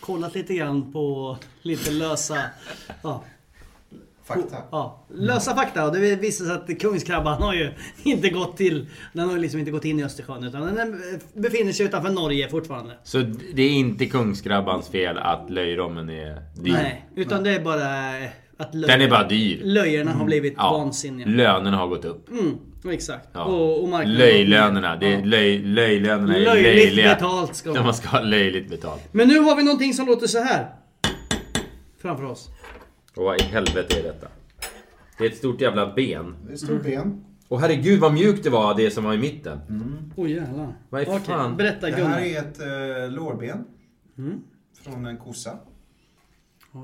C: kollat lite grann på lite lösa... Ja. Fakta. Ja, lösa fakta. Och det visade sig att kungskrabban har ju inte gått till... Den har ju liksom inte gått in i Östersjön utan den befinner sig utanför Norge fortfarande.
D: Så det är inte kungskrabbans fel att löjrommen är dyr?
C: Nej, utan det är bara att löj-
D: Den är bara dyr.
C: Löjerna har blivit
D: Ja.
C: vansinniga.
D: Lönerna har gått upp.
C: Mm, exakt.
D: Ja.
C: Och, och marknaden-
D: Löjlönerna. Det är löj, löjlönerna är
C: Löjligt
D: löjliga.
C: betalt ska man
D: man.
C: ha.
D: man [laughs] ska ha löjligt betalt.
C: Men nu har vi någonting som låter så här. Framför oss.
D: Och vad i helvete är detta? Det är ett stort jävla ben.
E: Det är ett stort ben.
D: Och herregud vad mjukt det var det som var i mitten.
C: Åh jävlar.
D: Vad är fan?
E: Det här är ett eh, lårben. Från en kossa.
C: Mm.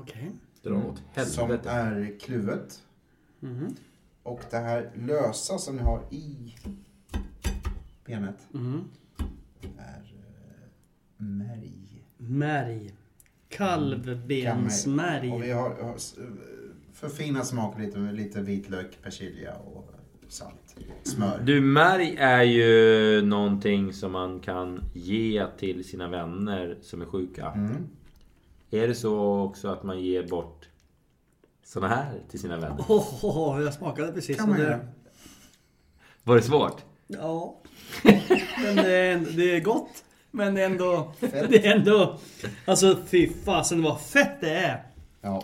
C: Okej.
D: Dra åt
E: Som är kluvet. Och det här lösa som ni har i benet
C: Mm.
E: är eh, märg.
C: Märg. Kalvbensmärg.
E: Och vi har, har s- förfinat smaken lite med lite vitlök, persilja och salt. Smör.
D: Du, märg är ju någonting som man kan ge till sina vänner som är sjuka.
E: Mm.
D: Är det så också att man ger bort såna här till sina vänner?
C: Åh, jag smakade precis.
E: Kan man
C: och det-
E: göra.
D: Var det svårt?
C: Ja. Men det, är, det är gott. Men det är ändå... Det är ändå... Alltså fy fasen vad fett det är.
E: Ja. Mm.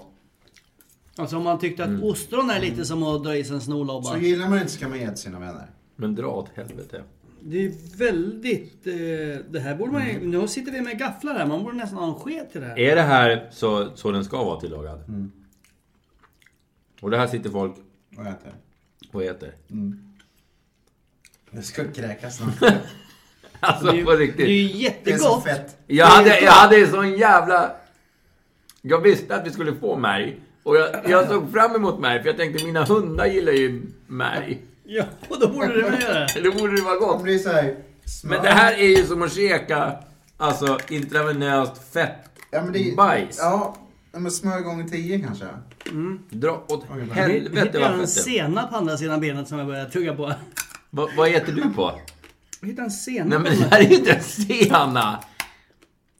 C: Alltså om man tyckte
D: Mm.
C: att ostron är lite som att dra i sig en snorlobba.
E: Så gillar man inte så kan man ge till sina vänner.
D: Men dra åt helvete.
C: Det är väldigt... Eh, det här borde man ju...
E: Mm.
C: Nu sitter vi med gafflar här. Man borde nästan ha en sked till det här.
D: Är det här så, så den ska vara tillagad?
E: Mm.
D: Och det här sitter folk
E: Vad äter
D: och äter?
E: Det ska kräkas snart.
D: Alltså på
C: Det är
D: riktigt.
C: ju
E: Det är
C: jättegott.
E: så fett.
D: Jag hade, jag hade sån jävla... Jag visste att vi skulle få märg. Och jag, jag såg fram emot märg för jag tänkte mina hundar gillar ju märg.
C: Ja, och då borde det väl göra det.
D: Då borde det vara
E: Det
D: gott.
E: blir så här smör.
D: Men det här är ju som att käka alltså intravenöst fett.
E: ja, men det,
D: bajs.
E: Ja, men smör gånger tio kanske.
D: Dra åt
C: Nu hittade
D: helvete
C: jag
D: vad
C: en
D: fett det är.
C: senap på andra sidan benet som jag började tugga på. [laughs]
D: Vad- Vad äter du på?
C: Jag hittade en
D: Nej
C: senap.
D: men det här är ju inte en sena!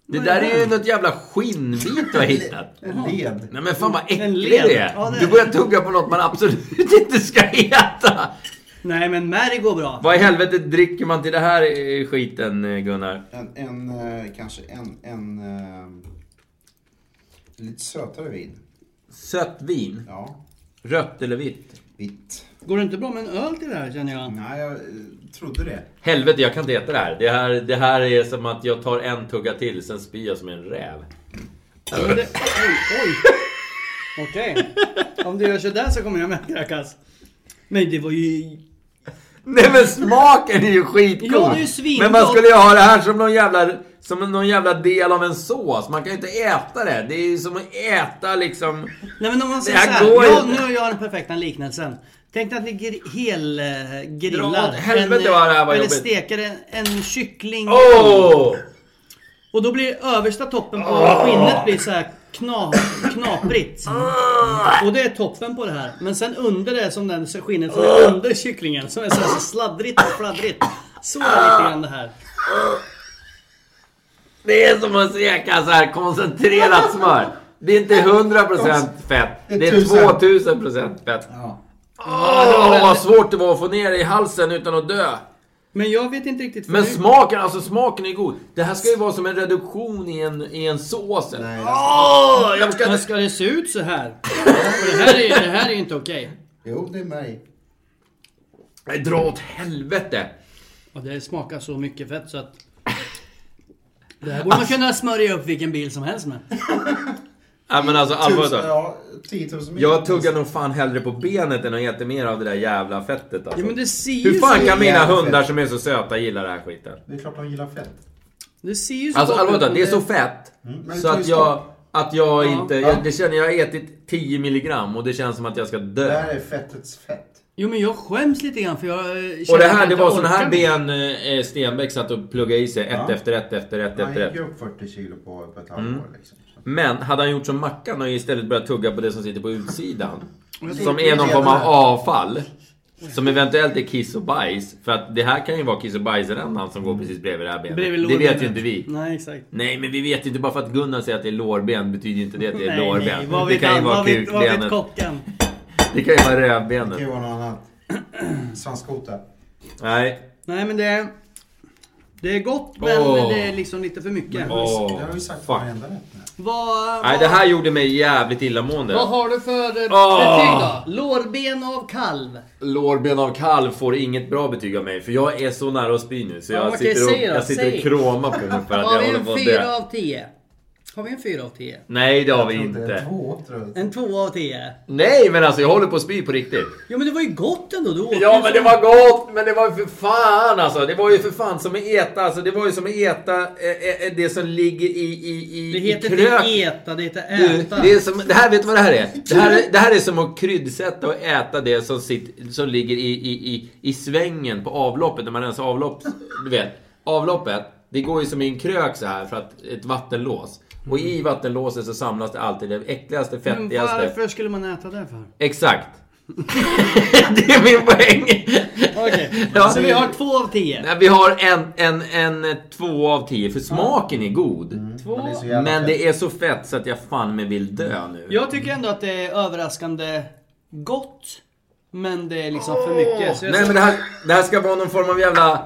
D: Det där är ju något jävla skinnbit du har hittat.
E: En led.
D: Nej men fan vad äcklig
C: En
D: du
C: led.
D: är!
C: Ja, det är
D: Du börjar tugga på något man absolut [laughs] inte ska äta!
C: Nej men märg går bra.
D: Vad i helvete dricker man till det här eh, skiten eh, Gunnar?
E: En, en eh, kanske en, en eh, lite sötare vin.
D: Sött vin?
E: Ja,
D: Rött eller vitt?
E: vitt.
C: Går det inte bra med en öl till det här känner jag?
E: Nej, jag eh, trodde det.
D: Helvete jag kan inte äta det här. Det här, det här är som att jag tar en tugga till sen spyr jag som en räv.
C: Men det- Oj,
E: [laughs]
C: oj. Okej. Om du gör sådär så kommer jag med kräkas. Men det var ju...
D: Nej men smaken är ju skitgod!
C: Ja, det är ju svingott.
D: men man skulle ju ha det här som någon jävla, som någon jävla del av en sås. Man kan ju inte äta det. Det är ju som att äta liksom...
C: Nej men om man säger
D: Det här
C: såhär.
D: går
C: Ja,
D: inte.
C: nu har jag den perfekta liknelsen. Tänk dig att ni gr- eh,
D: Dra
C: helgrillar.
D: åt helvete vad det här var
C: eh, Eller
D: jobbigt.
C: steker en, en kyckling.
D: Åh!
C: Och då blir översta toppen på skinnet blir så här kna, knaprigt. Och det är toppen på det här. Men sen under det som den så skinnet som är under kycklingen som är så, här så sladdrigt och fladdrigt. Så är det lite grann det här.
D: Det är som att steka så här koncentrerat smör. Det är inte 100% fett. Det är 2000% fett. Åh, vad svårt det var att få ner det i halsen utan att dö.
C: Men jag vet inte riktigt. för
D: Men
C: nu-
D: smaken, alltså smaken är god. Det här ska ju vara som en reduktion i en, i en sås. Nej,
C: Åh, jag ska... Men ska det se ut så här? Och det här är, det här är inte okej.
E: Jo, det är mig.
D: Nej, dra åt helvete!
C: Och det smakar så mycket fett så att... Det här borde man kunna smörja upp vilken bil som helst med.
D: Nej men alltså allvarligt
E: Tusen-
D: då.
E: Ja, 10 000 mil.
D: Jag tuggar nog fan hellre på benet än att äta mer av det där jävla fettet alltså.
C: Ja, men det ser ju
D: Hur fan
C: så
D: kan mina
C: jävla
D: hundar
C: fett.
D: som är så söta gilla den här skiten?
E: Det är klart de gillar fett.
C: Det ser ju så
D: Alltså
C: gott ut,
D: allvarligt då,
C: men
D: det är så fett
E: Mm, men
D: så
E: det tar ju
D: att jag...
E: stopp.
D: Att jag
E: Ja.
D: inte...
E: Ja.
D: Jag, det känner jag har ätit 10 milligram och det känns som att jag ska
E: Det
D: dö.
E: här är fettets fett.
C: Jo men jag skäms lite grann för jag... eh,
D: Och
C: känner
D: det
C: att jag
D: här, det
C: inte
D: var såna här
C: orkar.
D: ben eh, Stenbeck satt och pluggade i sig. Ett
E: Ja.
D: efter ett efter ett
E: Man
D: efter ett.
E: gick ju upp 40 kilo på, på ett halvår.
D: Mm.
E: Liksom.
D: Men hade han gjort som Mackan och istället börjat tugga på det som sitter på utsidan.
E: Jag tror
D: som
E: inte
D: är någon
E: det
D: form
E: är
D: av
E: det.
D: avfall. Som eventuellt är kiss och bajs. För att det här kan ju vara kiss och bajsrännan som går precis bredvid det här benet.
C: Bredvid
D: det
C: lårbenet.
D: vet ju inte vi.
C: Nej exakt.
D: Nej men vi vet ju inte, bara för att Gunnar säger att det är lårben betyder ju inte det att det är
C: Nej,
D: lårben.
C: nej, vad
D: det
C: vet
D: kan ju
C: han?
D: vara
C: Vad vet- vad vet
D: kukbenet.
C: kocken?
D: Det kan ju vara
E: Det
D: rövbenet.
E: kan ju vara något annat. Svanskota.
D: Nej.
C: Nej men det är... Det är gott men
D: Åh.
C: det är liksom lite för mycket.
D: Åh, fuck.
C: Vad...
D: Nej det här gjorde mig jävligt illamående.
C: Vad har du för eh,
D: Åh.
C: betyg då? Lårben av kalv.
D: Lårben av kalv får inget bra betyg av mig för jag är så nära att spy nu så
C: Ja,
D: jag
C: okej,
D: sitter och,
C: säg då,
D: jag sitter
C: säg.
D: och kråmar på mig för att
C: Har
D: jag
C: vi
D: håller
C: en
D: på att
C: fyra
D: dö.
C: av tio? Har vi en fyra av tio?
D: Nej det har vi
E: En
D: inte.
E: två tror jag.
C: En två av tio?
D: Nej men alltså jag håller på att spy på riktigt.
C: Jo men det var ju gott ändå. Du åt
D: Ja
C: ju
D: men
C: så-
D: det var gott! Men det var ju för fan alltså. Det var ju för fan som att äta alltså. Det var ju som att äta eh, eh, det som ligger i, i, i,
C: Det
D: i
C: heter inte äta, det heter
D: Du,
C: äta.
D: det, är som, det här, vet du vad det här är? Det här är, det här är som att kryddsätta och äta det som, sitt, som ligger i, i, i, i svängen på avloppet, när man rensar avlopp. Du vet, avloppet, det går ju som i en krök så här för att ett vattenlås. Och i vattenlåset så samlas det alltid det äckligaste,
C: Men
D: fettigaste.
C: varför skulle man äta det för?
D: Exakt. [laughs] det är min poäng.
C: [laughs] Okej,
D: Ja.
C: så vi har två av tio.
D: Nej, vi har en, en, en eh, två av tio, för smaken är god.
C: Två.
E: Mm. Det är så jävla
D: Men
E: fett.
D: det är så fett så att jag fan mig vill dö nu.
C: Jag tycker ändå att det är överraskande gott. Men det är liksom för mycket. Så jag,
D: Nej men det här, det här ska vara någon form av jävla...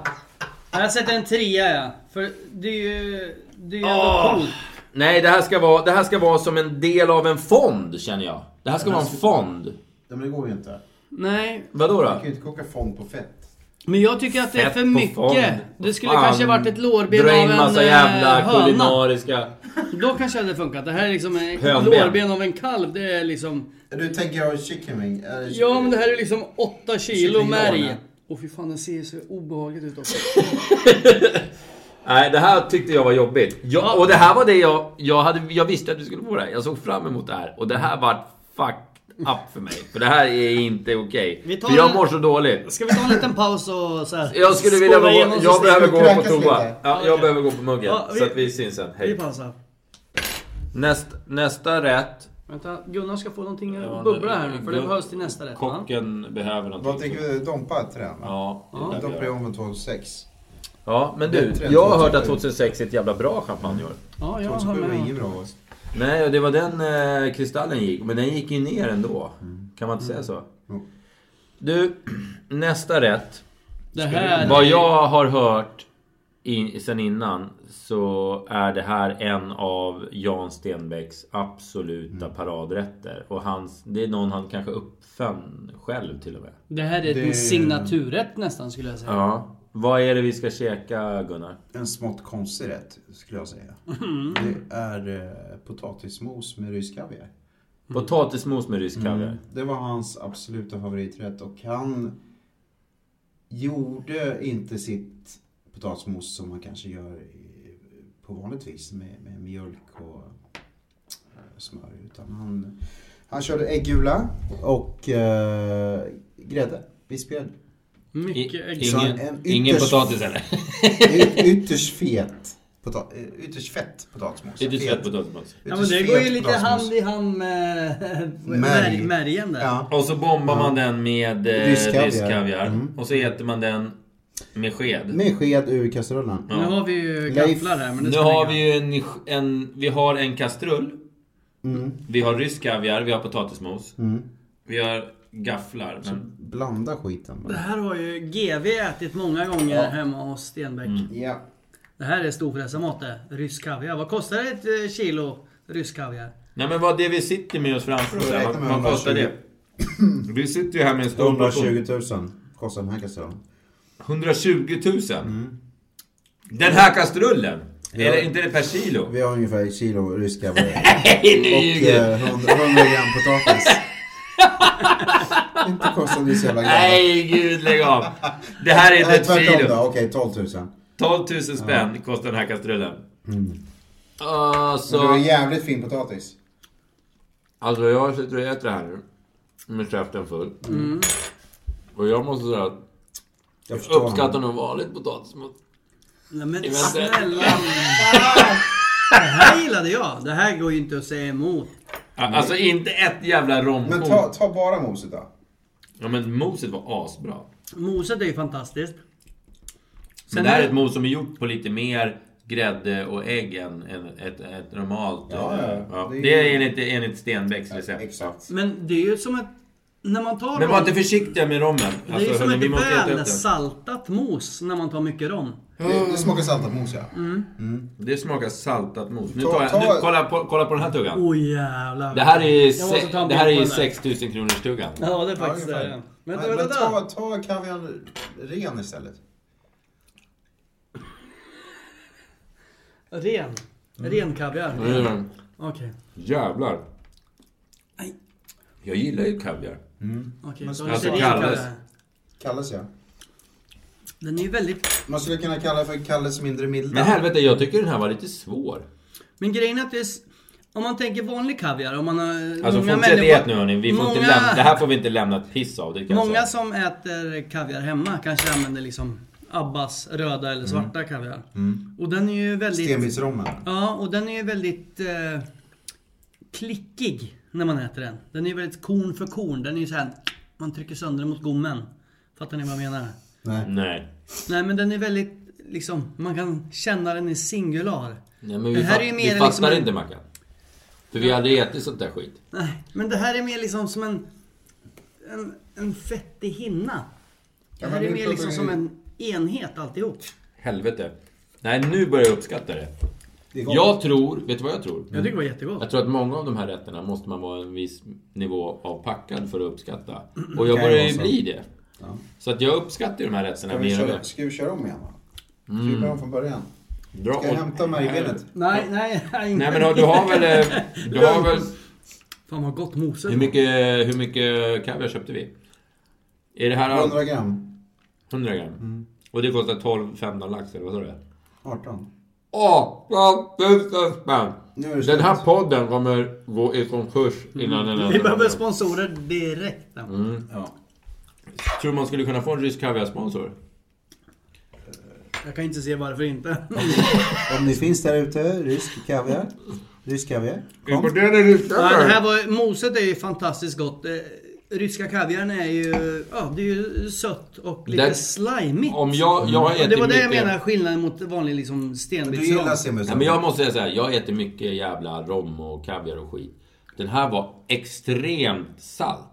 C: jag sätter en trea ja. För det är ju... Det är ju ändå
D: Åh.
C: coolt.
D: Nej det här, ska vara, det här ska vara som en del av en fond känner jag. Det här ska vara en fond.
E: Ja, men det går ju inte.
C: Nej.
D: Vadå
E: Man
D: då?
E: kan ju inte koka fond på fett.
C: Men jag tycker att det är
D: Fett
C: för
D: på
C: mycket.
D: fond.
C: Det skulle
D: Fan,
C: kanske varit ett lårben
D: Dra
C: av
D: in
C: en
D: massa
C: eh,
D: jävla
C: höna.
D: kulinariska...
C: Då kanske det hade funkat. Det här är liksom eh,
D: Hönben.
C: lårben av en kalv. Det är liksom...
E: Du tänker ha chicken wing? eller-
C: Ja men det här är liksom 8 kilo
E: Kycklinglåren,
C: märg.
E: ja.
C: Åh fy fan den ser så obehagligt ut också.
D: Nej det här tyckte jag var jobbigt. Jag, och det här var det jag... Jag, hade, jag visste att du skulle få det här. Jag såg fram emot det här. Och det här vart fucked up för mig. För det här är inte okej.
C: Vi tar
D: För jag
C: en-
D: mår så dåligt.
C: Ska vi ta en liten paus och så här,
D: Jag skulle vilja
C: spola
D: gå...
C: igenom
D: Jag
C: systemet?
D: behöver gå på
E: Kräkas
D: toa.
E: lite.
D: Ja, jag behöver gå på muggen.
C: Ja, vi-
D: Så att vi syns sen.
C: Vi
D: Hej.
C: pausar.
D: Näst, nästa rätt.
C: Vänta, Gunnar ska få någonting
D: Ja,
C: att bubbla här nu för det
D: Gun-
C: behövs till nästa rätt va?
D: Kocken behöver
E: Vad
D: någonting.
E: tänker du? Dompa ett trän?
D: Ja, det är det vi
E: Dompa i
D: gör.
E: oven 2006.
D: ja, men du.
E: Bättre än
D: Jag har hört att
E: 2007.
D: 2006 är ett jävla bra champagneår.
C: Ja, jag har
E: 2007 var
C: med.
E: inget bra.
D: Nej, och det var den eh, kristallen gick. Men den gick ju ner ändå. Kan man inte säga så?
E: Jo.
D: Du, [clears throat] nästa rätt.
C: Det här...
D: Vad jag har hört i, sen innan så är det här en av Jan Stenbecks absoluta paradrätter. Och hans, det är någon han kanske uppfann själv till och med.
C: Det här är en
E: Det-
C: signaturrätt nästan skulle jag säga.
D: Ja. Vad är det vi ska käka Gunnar?
E: En smått konstig rätt skulle jag säga.
C: Mm.
E: Det är eh, potatismos med rysk kaviar.
D: Potatismos med rysk kaviar.
E: Det var hans absoluta favoriträtt och han gjorde inte sitt potatismos som man kanske gör i- på vanligt vis med, med mjölk och eh, smör. Utan han, han körde äggula och eh, grädde. Vispgrädde.
C: Mycket
D: I-
C: ägg.
E: Så en
D: Ingen,
E: ytterst-
D: ingen potatis eller?
E: [laughs] Yt- Ytterst fet. Pota- eh, ytterst fett potatismos.
D: Lite
E: Fet-
D: söt potatismos.
C: Ja men
E: ytterst
C: det går ju
E: fet
C: lite
E: potatismos.
C: hand i hand med
E: Märg.
C: märg- märgen där.
E: Ja.
D: Och så bombar man den med eh,
E: Rysk kaviar.
D: rysk kaviar.
E: Mm.
D: Och så äter man den med sked.
E: Med sked ur kastrullen.
C: Nu har vi ju
E: Leif-
C: gafflar här men det
D: Nu
C: spelar
D: har
C: ingen
D: vi ju en, en, vi har en kastrull. Vi har rysk kaviar, vi har potatismos. Vi har gafflar. Men...
E: Blanda skiten
C: Det
E: bara.
C: här har ju GV ätit många gånger hemma hos Stenbeck.
E: Ja.
C: Det här är storpressarmat det. Rysk kaviar. Vad kostar ett eh, kilo rysk kaviar?
D: Nej men vad det vi sitter med oss framför oss här,
E: Räkna
D: vad
E: med
D: vad kostar det?
E: 120.
D: Vi sitter ju här med en stor
E: 120
D: portion.
E: 000 kostar den här kastrullen. Mm.
D: 120 000? Den här kastrullen?
E: Ja.
D: Eller inte det per kilo?
E: Vi har ungefär ett kilo ryska
C: [laughs]
D: Nej, nu
E: Och
D: ljuger
E: eh, 100 100 gram potatis. inte kostar det så jävla galet.
D: Nej gud lägg av! Det här är inte
E: Nej,
D: ett
E: tvärtom
D: kilo.
E: då. Okej, 12 000.
D: 12 000 spänn kostar den här kastrullen.
E: Mm. Men
D: Alltså...
E: det var jävligt fin potatis.
D: Alltså jag sitter och äter här nu. Med käften full.
E: Mm.
D: Och jag måste säga att
E: jag
C: förstår
D: uppskattar
C: honom.
D: nog vanligt potatis mot...
C: Nej men
D: Eventuellt.
C: snälla Det här gillade jag. Det här går ju inte att säga emot.
D: Alltså inte ett jävla romkorn.
C: Men ta-
E: bara moset då.
D: Ja men moset var asbra.
C: Moset är ju fantastiskt.
D: Men
C: Sen
D: det här
C: är-
D: är ett mos som är gjort på lite mer grädde och ägg än än ett, ett normalt...
C: Ja, ja.
D: eh,
C: Det är-
D: Det är enligt, enligt Stenbecks recept.
C: Men det är ju som ett... När man tar
D: Men var
C: rom-
D: inte försiktiga med rommen.
C: Det är ju
D: Alltså,
C: som
D: hörni, vi måste
C: ett
D: äta upp
C: väl
D: den.
C: saltat mos när man tar mycket rom.
E: Det, det smakar saltat mos ja.
C: Mm.
D: Det smakar saltat mos. Nu
C: Ta-
D: tar jag,
C: ta-
D: nu, kolla, på, kolla på den här tuggan.
C: Oj jävlar.
D: Det här är,
C: Jag måste
D: se,
C: ta en
D: det här
C: bild på
D: är
C: den här.
D: 6000 kronors tuggan.
C: Ja, det är faktiskt
E: ungefär.
C: det, ja. Vänta,
E: Nej, men
C: vänta.
E: ta, ta kaviar ren istället.
C: Ren. Ren kaviar.
D: Mm.
C: Okej.
D: Jävlar. Jag gillar ju kaviar.
C: Okej,
E: Men
C: så
E: så-
C: lite
D: alltså
C: ren
D: Kalles.
C: kaviar.
E: Kalles ja.
C: Den är ju väldigt...
E: Man skulle kunna kalla det för Kalles mindre milda.
D: Men helvete, jag tycker den här var lite svår.
C: Men grejen är att det är... s- Om man tänker vanlig kaviar, om man har...
D: Alltså
C: många
D: fortsätt
C: människor-
D: ät nu hörni. Vi får inte
C: många-
D: lämna, det här får vi inte lämna ett piss av. Det kan jag
C: Många som äter kaviar hemma kanske använder liksom Abbas röda eller svarta kaviar.
E: Mm.
C: Och den är ju väldigt...
E: Stenbitsrommen.
C: Ja, och den är ju väldigt eh, klickig när man äter den. Den är ju väldigt korn för korn. Den är ju så här, man trycker sönder den mot gommen. Fattar ni vad jag menar?
E: Nej.
D: Nej.
C: Nej men den är väldigt, liksom, man kan känna den i singular.
D: Nej men vi,
C: Den här
D: fa-
C: är ju mer
D: vi fattar
C: liksom en-
D: inte Mackan. För vi har aldrig ätit sånt där skit.
C: Nej, men det här är mer liksom som en, en, en fettig hinna. Det
E: Ja,
C: här
E: men
C: är
E: nu
C: mer
E: pratar
C: liksom
E: vi-
C: som en enhet alltihop.
D: Helvete. Nej nu börjar jag uppskatta det.
E: Det är gott.
D: Jag tror, vet du vad jag tror?
C: Jag tycker det var jättegott.
D: Jag tror att många av de här rätterna måste man vara en viss nivå av packad för att uppskatta. Och
E: Kan
D: jag börjar
E: vara
D: ju
E: så.
D: bli det.
E: Ja.
D: Så att jag uppskattar ju de här
E: Ska
D: rätterna
E: vi,
D: mer och
E: köra,
D: mer.
E: ska vi köra om igen? va? Ska vi
D: Mm.
E: börja om från början?
D: Dra
E: Ska jag
D: åt-
E: hämta märgbenet?
C: Nej, nej. Nej,
D: Nej men har- du har väl...
E: [laughs]
D: eh, Du har väl...
C: Fan vad gott moset
D: Hur mycket, hur mycket kaviar köpte vi? Är det här... all-
E: 100 gram.
D: 100 gram? Och det kostar 12-15 lax eller vad sa du?
E: 18.
D: 18 000 spänn!
E: Nu är det
D: Den
E: slut.
D: här podden kommer gå i konkurs innan den
C: var. Vi behöver sponsorer direkt.
D: Mm.
E: Ja.
D: Tror du man skulle kunna få en rysk kaviarsponsor?
C: Jag kan inte se varför inte.
E: [laughs] Om ni finns där ute, rysk kaviar. Rysk kaviar. Kom.
D: Importerade rysk
C: Nej, det här var, moset är ju fantastiskt gott. Eh, Ryska kaviaren är ju, ja det är ju sött och lite
D: Det-
C: slimigt.
D: om jag- jag har
C: Och Det
D: ätit
C: var det jag
D: mycket-
C: menar skillnaden mot vanlig liksom stenbitsrom.
D: Nej, men jag måste säga så här, jag äter mycket jävla rom och kaviar och skit. Den här var extremt salt.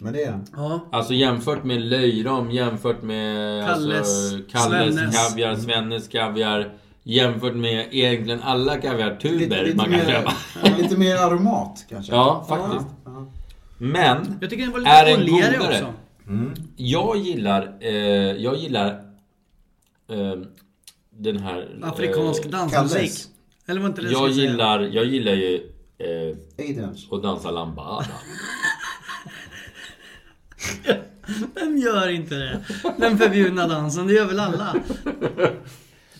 E: Men det är den.
C: Ja.
D: Alltså jämfört med löjrom, jämfört med
C: Kalles,
D: alltså, Kalles
C: Svennes.
D: kaviar, Svennes kaviar. Jämfört med egentligen alla kaviartuber man kan köpa.
E: Lite mer aromat kanske.
D: Ja, faktiskt. Men...
C: Jag tycker den var lite
D: är den
C: oljigare
D: godare?
C: också.
D: Jag gillar... Eh, jag gillar... ehm, den här...
C: Afrikansk
D: eh,
C: dansmusik. Eller var inte det
D: Jag
C: skulle säga?
D: gillar, jag gillar ju... Eh,
E: Adrians.
D: och dansa lambada.
C: Vem gör inte det? Den förbjudna dansen, det gör väl alla?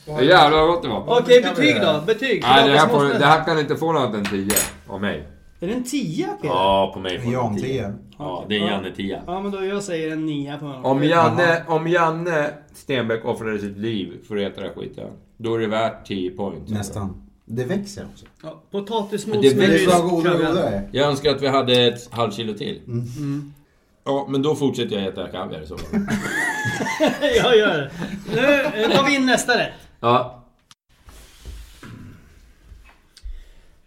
D: Jävlar vad gott det var.
C: Okej, betyg då?
D: Nej,
C: Betyg?
D: det här,
C: Dagens
D: får,
C: måste-
D: det här kan inte få något än 10 av mig.
C: Är det en 10 Peter?
D: Ja, på mig får
E: Jan
D: det 10.
E: T.
D: Ja, det är Janne 10.
C: Ja men då jag säger en 9 på honom.
D: Om Janne, om Janne Stenbeck offrade sitt liv för att äta den här skiten, då är det värt 10 points.
E: Nästan. Det växer också.
C: Ja, potatismos
D: Men det
C: med
D: blir
C: rysk
D: bara
E: godare och
C: kaviar.
E: godare.
C: [laughs]
D: Jag önskar att vi hade ett halvkilo till.
C: Mm.
D: Ja, men då fortsätter jag äta kaviar i så fall.
C: jag gör det. Nu eh, tar vi in nästa rätt.
D: [laughs] Ja.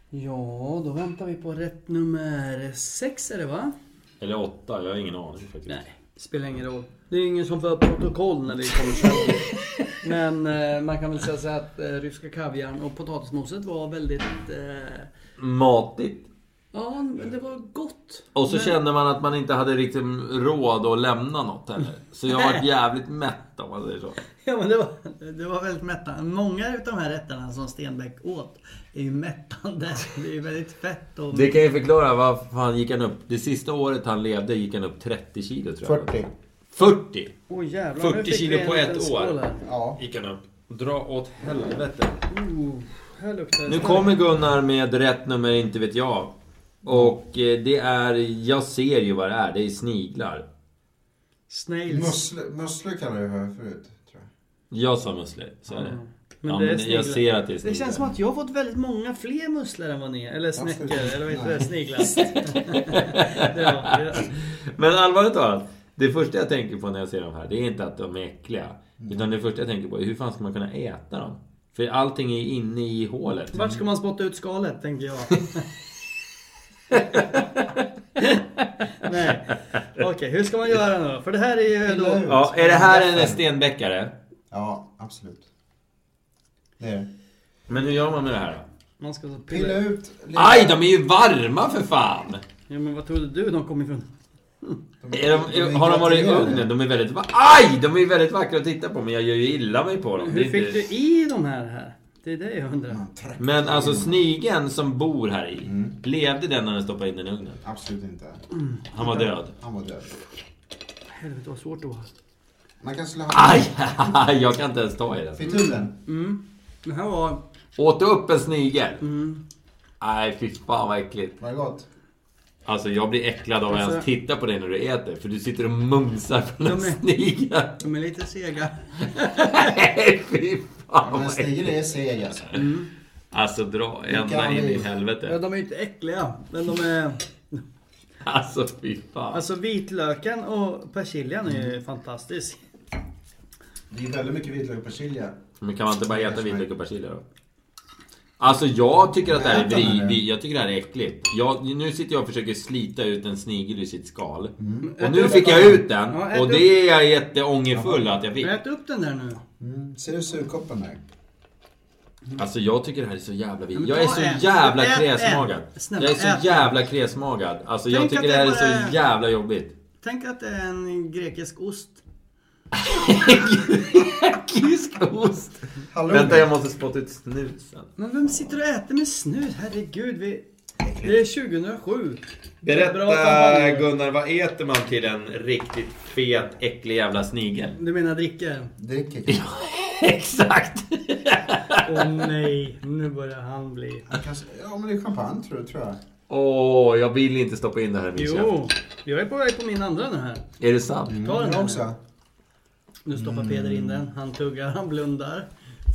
C: Ja, då väntar vi på rätt nummer sex är det va?
D: Eller åtta, jag har ingen aning faktiskt. Nej.
C: Spelar ingen roll. Det är ingen som för protokoll när det kommer [laughs] till Men eh, man kan väl säga så här att eh, ryska kaviarn och potatismoset var väldigt... Eh,
D: Matigt.
C: ja, men det var gott.
D: Och så
C: men,
D: kände man att man inte hade riktigt råd att lämna något heller. Så jag var jävligt mätt om man säger så.
C: Ja, men det, var, det var väldigt mättande. Många av de här rätterna som Stenbeck åt är ju mättande. Det är ju väldigt fett och...
D: Det kan ju förklara varför han gick han upp. Det sista året han levde gick han upp 30 kilo tror jag.
E: 40.
D: 40!
C: Åh, jävlar, nu
D: 40
C: fick
D: kilo
C: vi en
D: på
C: liten
D: ett
C: skål
D: år
C: här.
D: gick han upp. Dra åt helvete.
C: Oh, här luktar det
D: Nu
C: starkt.
D: kommer Gunnar med rätt nummer, inte vet jag. Och eh, det är... Jag ser ju vad det är. Det är sniglar.
C: Snails.
E: Musslor musslor kallar jag hö förut. Tror
D: Jag sa musslor. Så är det.
C: Men
D: ja,
C: det är
D: men
C: sniglar.
D: jag ser att det är sniglar.
C: Det känns som att jag har fått väldigt många fler musslor än vad ni är. Eller snäckor,
D: Absolut.
C: eller vad heter
D: Nej.
C: det? Sniglar.
E: [laughs]
C: ja, ja.
D: Men allvarligt talat, det första jag tänker på när jag ser de här, det är inte att de är äckliga. Utan det första jag tänker på är hur fan ska man kunna äta dem? För allting är inne i hålet.
C: Vart ska man spotta ut skalet, tänker jag. [laughs] Nej. Okej, hur ska man göra nu då? För det här är ju då...
D: Ja, är det här en stenbäckare?
E: Ja, absolut. Det är det.
D: Men hur gör man med det här då?
C: Man ska så pilla,
E: Pilla ut... lite-
D: Aj, de är ju varma för fan!
C: Ja, men vad trodde du de kom ifrån?
D: Är de, har de varit i ugnen? De är väldigt vackra. Aj! De är väldigt vackra att titta på men jag gör ju illa mig på dem. Det
C: Hur
D: är
C: fick
D: inte...
C: du i de här här? Det är det jag undrar.
D: Men alltså snigeln som bor här i, levde den när den stoppade in den i ugnen?
E: Absolut inte.
D: Han var död.
E: Han var död.
C: Helvete vad svårt det var.
E: Man kanske skulle
D: Aj! [laughs] Jag kan inte ens ta i den.
E: Fitulen.
C: Mm. Det här var...
D: Åt du upp en snigel? Nej, fy fan vad äckligt.
E: Var det gott?
D: Alltså jag blir äcklad av att
C: Alltså-
D: ens titta på dig när du äter. För du sitter och mumsar på
C: De
D: en snigel.
C: är, de är lite sega.
D: [laughs] Nej, fy fan
E: Men
D: vad
E: snigel är
D: äckligt.
E: seg alltså.
D: Alltså dra ända
C: kan
D: in
C: vi-
D: i
C: Mm. Ja,
D: helvete.
C: de är ju inte äckliga. Men de är...
D: Alltså fy fan.
C: Alltså vitlöken och persiljan är ju fantastisk.
E: Det är väldigt mycket vitlök och persilja.
D: Men kan man inte bara äta vitlök och persilja då? Alltså jag tycker att det här är
E: Äta den
D: vri,
E: här.
D: vi- jag tycker det här är äckligt. Jag, nu sitter jag och försöker slita ut en snigel ur sitt skal. Och
C: Ät
D: nu
C: upp
D: fick jag
C: den.
D: ut den.
C: Mm. Ja, ät
D: Och
C: upp.
D: det är jag jätteångerfull att jag fick.
C: Ät upp den där nu.
E: Mm. Ser du surkoppen där?
D: Alltså jag tycker det här är så jävla
C: Ja, men
D: vidrigt. Jag är
C: ta
D: så
C: en.
D: jävla
C: Ät en.
D: kräsmagad.
C: Snälla,
D: Jag är så
C: ät
D: jävla kräsmagad. Alltså jag
C: Tänk
D: tycker
C: att
D: det här är
C: det
D: så
C: bara är-
D: jävla jobbigt.
C: Tänk att det är en grekisk ost.
D: Kiskost!
E: Hallå.
D: Vänta jag måste spotta ut snusen.
C: Men vem sitter och äter med snus? Herregud, vi... Det är 2007. Det är eh, bra
D: Berätta
C: kampanj.
D: Gunnar, vad äter man till en riktigt fet, äcklig jävla snigel?
C: Du menar dricker?
D: [laughs]
E: Dricker
D: Exakt!
C: Åh nej, nu börjar han bli...
E: kanske. Ja men det är champagne tror, tror jag.
D: Åh, jag vill inte [laughs] stoppa in det här i min
C: Jo, jag är på väg på min andra nu här.
D: käft. Är det sant?
C: Ta den här
E: Jag också. Mm.
C: Nu stoppar Peder in den. Han tuggar, han blundar.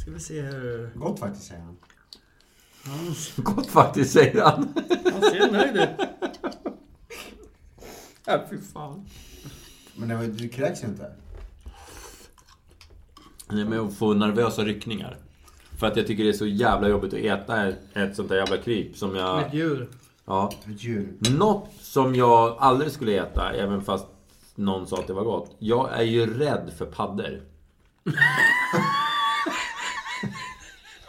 C: Ska vi se hur...
E: Gott faktiskt säger han.
C: Han,
D: [laughs] Gott faktiskt säger han.
C: han ser nöjd ut.
D: [laughs] Ja, fy fan.
E: Men det var, du kräks ju inte.
D: Nej, men jag får nervösa ryckningar. För att jag tycker det är så jävla jobbigt att äta ett sånt där jävla kryp som jag...
C: Ett djur.
D: Ja.
E: Ett djur.
D: Något som jag aldrig skulle äta, även fast någon sa att det var gott. Jag är ju rädd för paddor.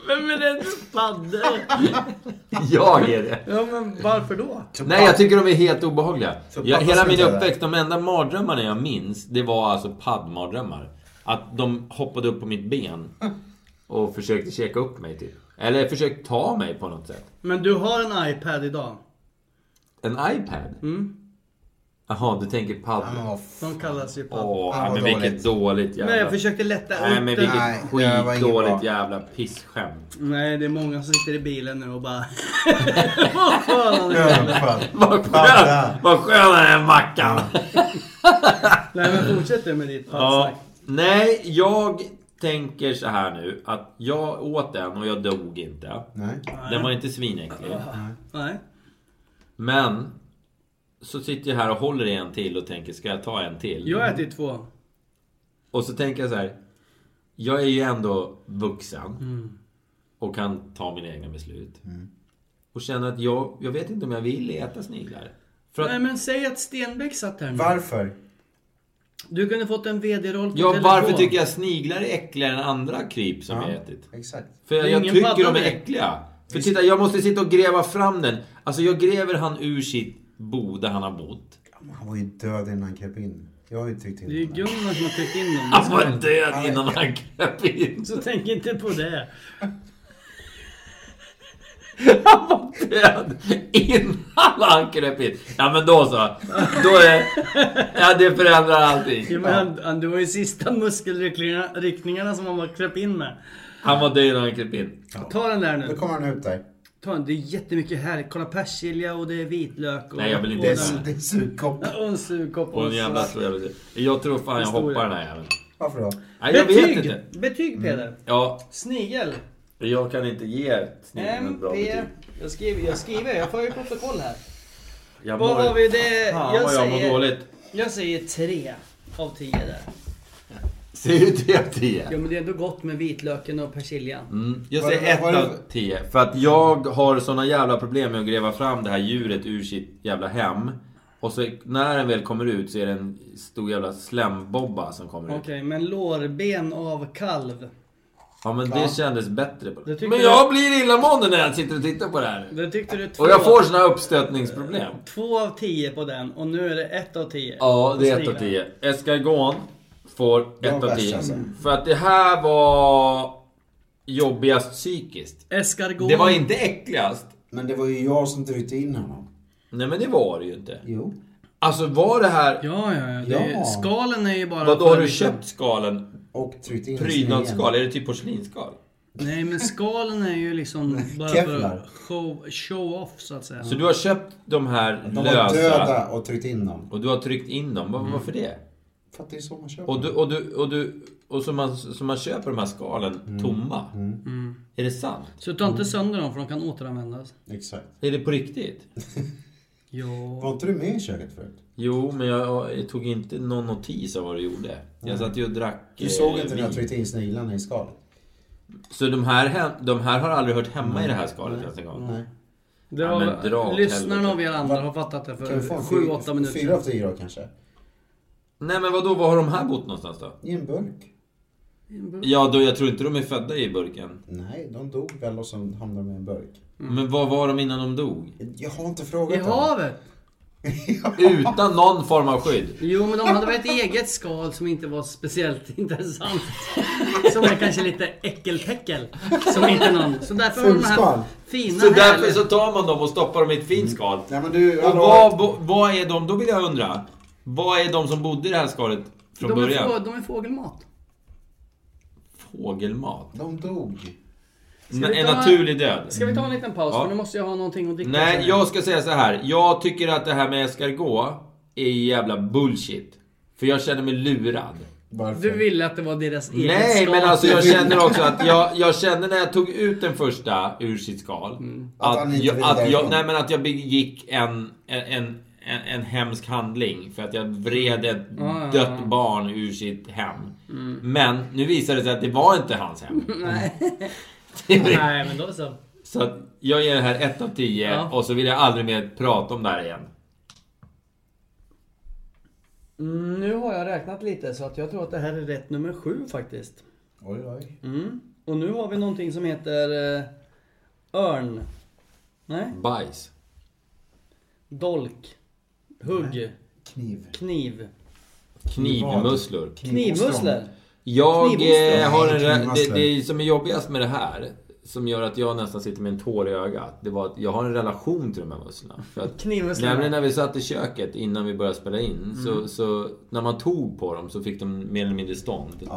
C: Vem är det för paddor?
D: [laughs] Jag är det.
C: Ja men varför då?
D: Nej, jag tycker de är helt obehagliga.
E: Så
D: Jag,
E: pappa
D: hela
E: ska
D: min
E: göra det.
D: uppväxt, de enda mardrömmarna jag minns, det var alltså paddmardrömmar. Att de hoppade upp på mitt ben och försökte käka upp mig typ. Eller försökte ta mig på något sätt.
C: Men du har en iPad idag.
D: En iPad?
C: Mm.
D: Jaha, du tänker paddor.
E: Ja,
C: De kallas ju paddor.
D: Åh,
E: Fan, vad
D: men vilket
E: dåligt.
D: dåligt jävla...
C: Nej jag försökte lätta
D: Nej,
C: upp
D: men
C: den.
D: vilket
E: Nej, det var inget
D: skitdåligt
E: bra.
D: jävla pissskämt.
C: Nej det är många som sitter i bilen nu och bara... Vad skön han är.
E: Ögonfall.
D: Vad skön,
E: Padda.
D: vad skön den här mackan!
C: Nej men fortsätt du med ditt
D: Ja,
C: paddsnack.
D: nej, jag tänker så här nu att jag åt den och jag dog inte.
E: Nej.
D: Den var inte svinäcklig.
C: Nej.
D: Men så sitter jag här och håller i en till och tänker ska jag ta en till?
C: Jag äter ju två.
D: Och så tänker jag så här. Jag är ju ändå vuxen
C: Mm.
D: och
E: Mm.
D: kan ta mina egna beslut. Och känner att jag, jag vet inte om jag vill äta sniglar. För att-
C: Nej men säg att Stenbeck satt här nu.
E: Varför?
C: Du kunde fått en VD-roll på
D: Ja,
C: telefon.
D: varför tycker jag sniglar är äckligare än andra kryp som
E: Ja,
D: jag ätit?
E: Exakt.
D: För
E: Det är
D: jag, jag
E: ingen
D: tycker
E: padda
D: de är
E: med.
D: äckliga. För titta, jag måste sitta och gräva fram den. Alltså jag gräver han ur sitt bo där han har bott.
E: Han var ju död innan han kröp in. Jag har ju tryckt in
C: Det är ju Gunnar som har tryckt in dem.
D: Han var död innan han kröp in.
C: Så tänk inte på det.
D: Död innan han kröp in. Ja men då så. Då är... Ja det förändrar allting.
C: Ja, men han, han, det var ju sista muskelryckningarna som han var kröp in med.
D: Han var död innan han kröp in.
C: Ta den där nu.
E: Nu kommer han ut där.
C: Ta den. Det är jättemycket här. Kolla persilja och det är vitlök. Och
D: Nej, jag vill inte
C: och
D: äta
C: den-
D: den.
E: Det är en sugkopp.
C: [laughs] Och en surkopp.
D: Och en jävla
C: salat.
D: trevlig... Jag tror fan jag hoppar den här jäveln.
E: Varför då?
D: Nej jag vet inte. Mm.
C: Betyg! Betyg Peder.
D: Ja,
C: Snigel.
D: jag kan inte ge snigeln ett bra
C: MP.
D: betyg.
C: Jag skriver, jag skriver. Jag får ju
D: [laughs]
C: protokoll här.
D: Jag
C: Vad
D: mår-
C: har vi det?
D: Fan vad jag mår dåligt.
C: Jag säger tre av tio där.
D: Ser du 3 av 10?
C: Ja men det är ändå gott med vitlöken och persiljan.
D: Mm. Jag
C: Vad-
D: säger ett
C: vad är det
D: av tio. För att jag har såna jävla problem med att gräva fram det här djuret ur sitt jävla hem. Och så när den väl kommer ut så är det en stor jävla slembobba som kommer
C: Okej,
D: ut.
C: men lårben av kalv.
D: Ja men det kändes bättre. På
C: tycker
D: men
C: jag-
D: jag blir illamående när jag sitter och tittar på det här.
C: Det tyckte du två,
D: Och jag får såna här uppstötningsproblem.
C: två av tio på den och nu är det ett av tio.
D: Ja, det är
C: På
D: 1 av
C: sniglar.
D: 10. Escargon får
C: Det var
D: 1 av
C: värst,
D: 10.
C: alltså.
D: För att det här var jobbigast psykiskt.
C: Escargon.
D: Det var inte äckligast.
E: Men det var ju jag som tryckte in honom.
D: Nej men det var det ju inte.
E: Jo.
D: Alltså var det här...
C: Ja, ja, ja. Det är,
D: Ja.
C: Skalen är ju bara...
D: Vadå
C: för-
D: har du köpt skalen?
E: Och tryckt in
D: Prydnadsskal? Är det typ porslinsskal?
C: Nej, men skalen är
E: [laughs]
C: ju liksom bara för
D: Kevlar.
C: att show, show off så att säga.
D: Så du har köpt de här
E: De var
D: lösa...
E: döda och tryckt in dem.
D: Och du har tryckt in dem. Var- Varför det?
E: För att det är så man köper.
D: Och du... Och, du, och, du, och så, man, så man köper de här skalen tomma? Är det sant?
C: Så ta inte sönder dem för de kan återanvändas.
E: Exakt.
D: Är det på riktigt?
C: Ja.
E: Var inte du med i köket
D: Eh,
E: förut?
D: Jo, men jag, jag tog inte någon notis av vad du gjorde. Jag
E: Nej.
D: satt ju och drack
E: Du såg
D: eh,
E: inte när jag
D: vin.
E: tryckte in sniglarna i skalet?
D: Så de här, hem- de här har aldrig hört hemma i det här skalet
E: Nej.
D: ens en gång?
E: Nej.
C: Det
D: Ja,
C: var,
D: men dra åt
C: lyssnarna
D: helvete.
C: av er andra har fattat det
E: Kan
C: för
E: vi få en fyr-
C: 7-8 minuter
E: Fyra av tio då kanske?
D: Nej men vadå, var har de här bott någonstans
C: Mm.
D: då?
E: I en burk?
D: Ja, då, jag tror inte de är födda i burken.
E: Nej, de dog väl och sen hamnade de i en burk.
D: Men vad var de innan de dog?
E: Jag har inte frågat
C: I
E: dem.
C: havet!
E: [laughs]
D: Utan någon form av skydd.
C: Jo, men de hade väl ett eget skal som inte var speciellt [laughs] intressant. Som är kanske lite äckeltäckel. Som inte någon... Så därför har de här
D: Fulskal.
C: fina
D: Så därför
C: härliga-
D: så tar man dem och stoppar dem i ett fint skal.
E: men du,
D: och
E: hallå.
D: vad, bo- vad är de, då vill jag undra. Vad är de som bodde i det här skalet från
C: de, är
D: början?
C: få, de är fågelmat.
D: Fågelmat?
E: De dog.
C: Ska vi
D: en
C: ta-
D: naturlig död.
C: Ska vi ta en liten paus?
D: Ja.
C: För nu måste jag ha någonting att dricka.
D: Nej, jag ska säga så här. Jag tycker att det här med escargot är jävla bullshit. För jag känner mig lurad.
C: Du ville att det var deras eget
D: Nej,
C: skal.
D: men alltså jag känner också att jag, jag kände när jag tog ut den första ur sitt skal.
C: Mm.
D: Att,
E: Att han inte
D: jag,
E: ville
D: att jag,
E: därifrån.
D: nej, men att jag begick en, en, en, en, en hemsk handling. För att jag vred ett
C: Ja, ja,
D: dött
C: ja.
D: barn ur sitt hem.
C: Mm.
D: Men nu visar det sig att det var inte hans hem.
C: [laughs] Nej.
D: [laughs] Det var-
C: Nej, men då så.
D: Så att jag ger det här 1 av 10
C: Ja.
D: och så vill jag aldrig mer prata om det här igen.
C: Mm, nu har jag räknat lite så att jag tror att det här är rätt nummer sju faktiskt.
E: Oj, oj.
C: Mm. Och nu har vi någonting som heter eh, örn. Nej?
D: Bajs.
C: Dolk. Hugg.
E: Kniv.
C: Kniv.
D: Knivmusslor.
C: Knivmusslor.
D: Jag
C: Knivmusslor.
D: eh, har en... rä- Det,
C: Knivmusslor.
D: det som är jobbigast med det här, som gör att jag nästan sitter med en tår i ögat, det var att jag har en relation till de här musslorna. För att,
C: Knivmusslorna.
D: nämligen när vi satt i köket innan vi började spela in, så, så när man tog på dem så fick de mer eller mindre stånd.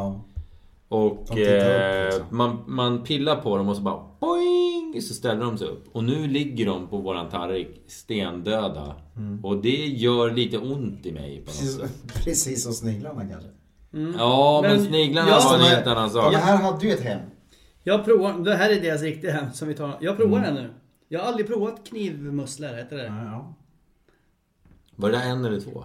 D: Och
G: De tittar
D: eh, man, man pillar på dem och så bara boing! Så ställer de sig upp. Och nu ligger de på våran tallrik stendöda.
E: Mm.
D: Och det gör lite ont i mig på något
E: Precis,
D: sätt.
E: precis som sniglarna kanske.
D: Ja, men Men sniglarna jag- var en helt annan sak.
E: De här hade ju ett hem.
C: Jag provar. Det här är deras riktiga hem som vi tar. Jag provar den nu. Jag har aldrig provat knivmusslor, heter det.
D: Var det där en eller två?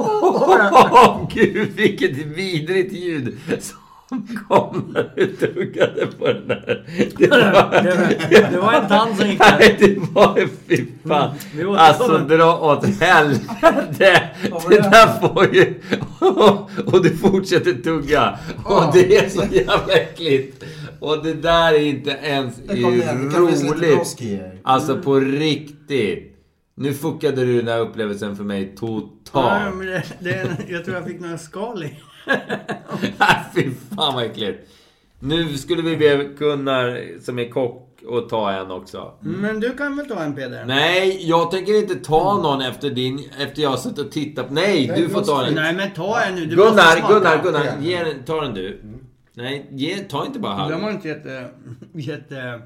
D: Åh gud vilket vidrigt ljud som kameror utduggade på den där. Det
F: Det- det var en tand som gick där. Mm,
D: Nej, det var en fy fan.
F: vi återkommer.
D: Alltså dra åt helvete. Det där får ju... [laughs] Och du fortsätter tugga. Och det är så jävla äckligt. Och det där är inte ens
E: Där kom det här. Det kan finnas lite
D: roligt.
E: brosk i er.
D: Alltså på riktigt. Nu fuckade du den här upplevelsen för mig
C: Ja,
D: totalt.
C: men det, det, jag tror jag fick några skal i.
D: Fy fan vad äckligt. Nu skulle vi be Gunnar som är kock att ta en också.
C: Mm. Men du kan väl ta en Peder?
D: Nej, jag tänker inte ta någon efter din... Efter jag har suttit och tittat på... Nej, du får ta den.
C: Mm. Nej men ta en nu. Du måste
D: Gunnar,
C: smaka.
D: Gunnar, Gunnar. Ge den, ta den du. Nej, ge, ta inte bara
C: Den var
D: halv.
C: inte jätte... jätte Nej,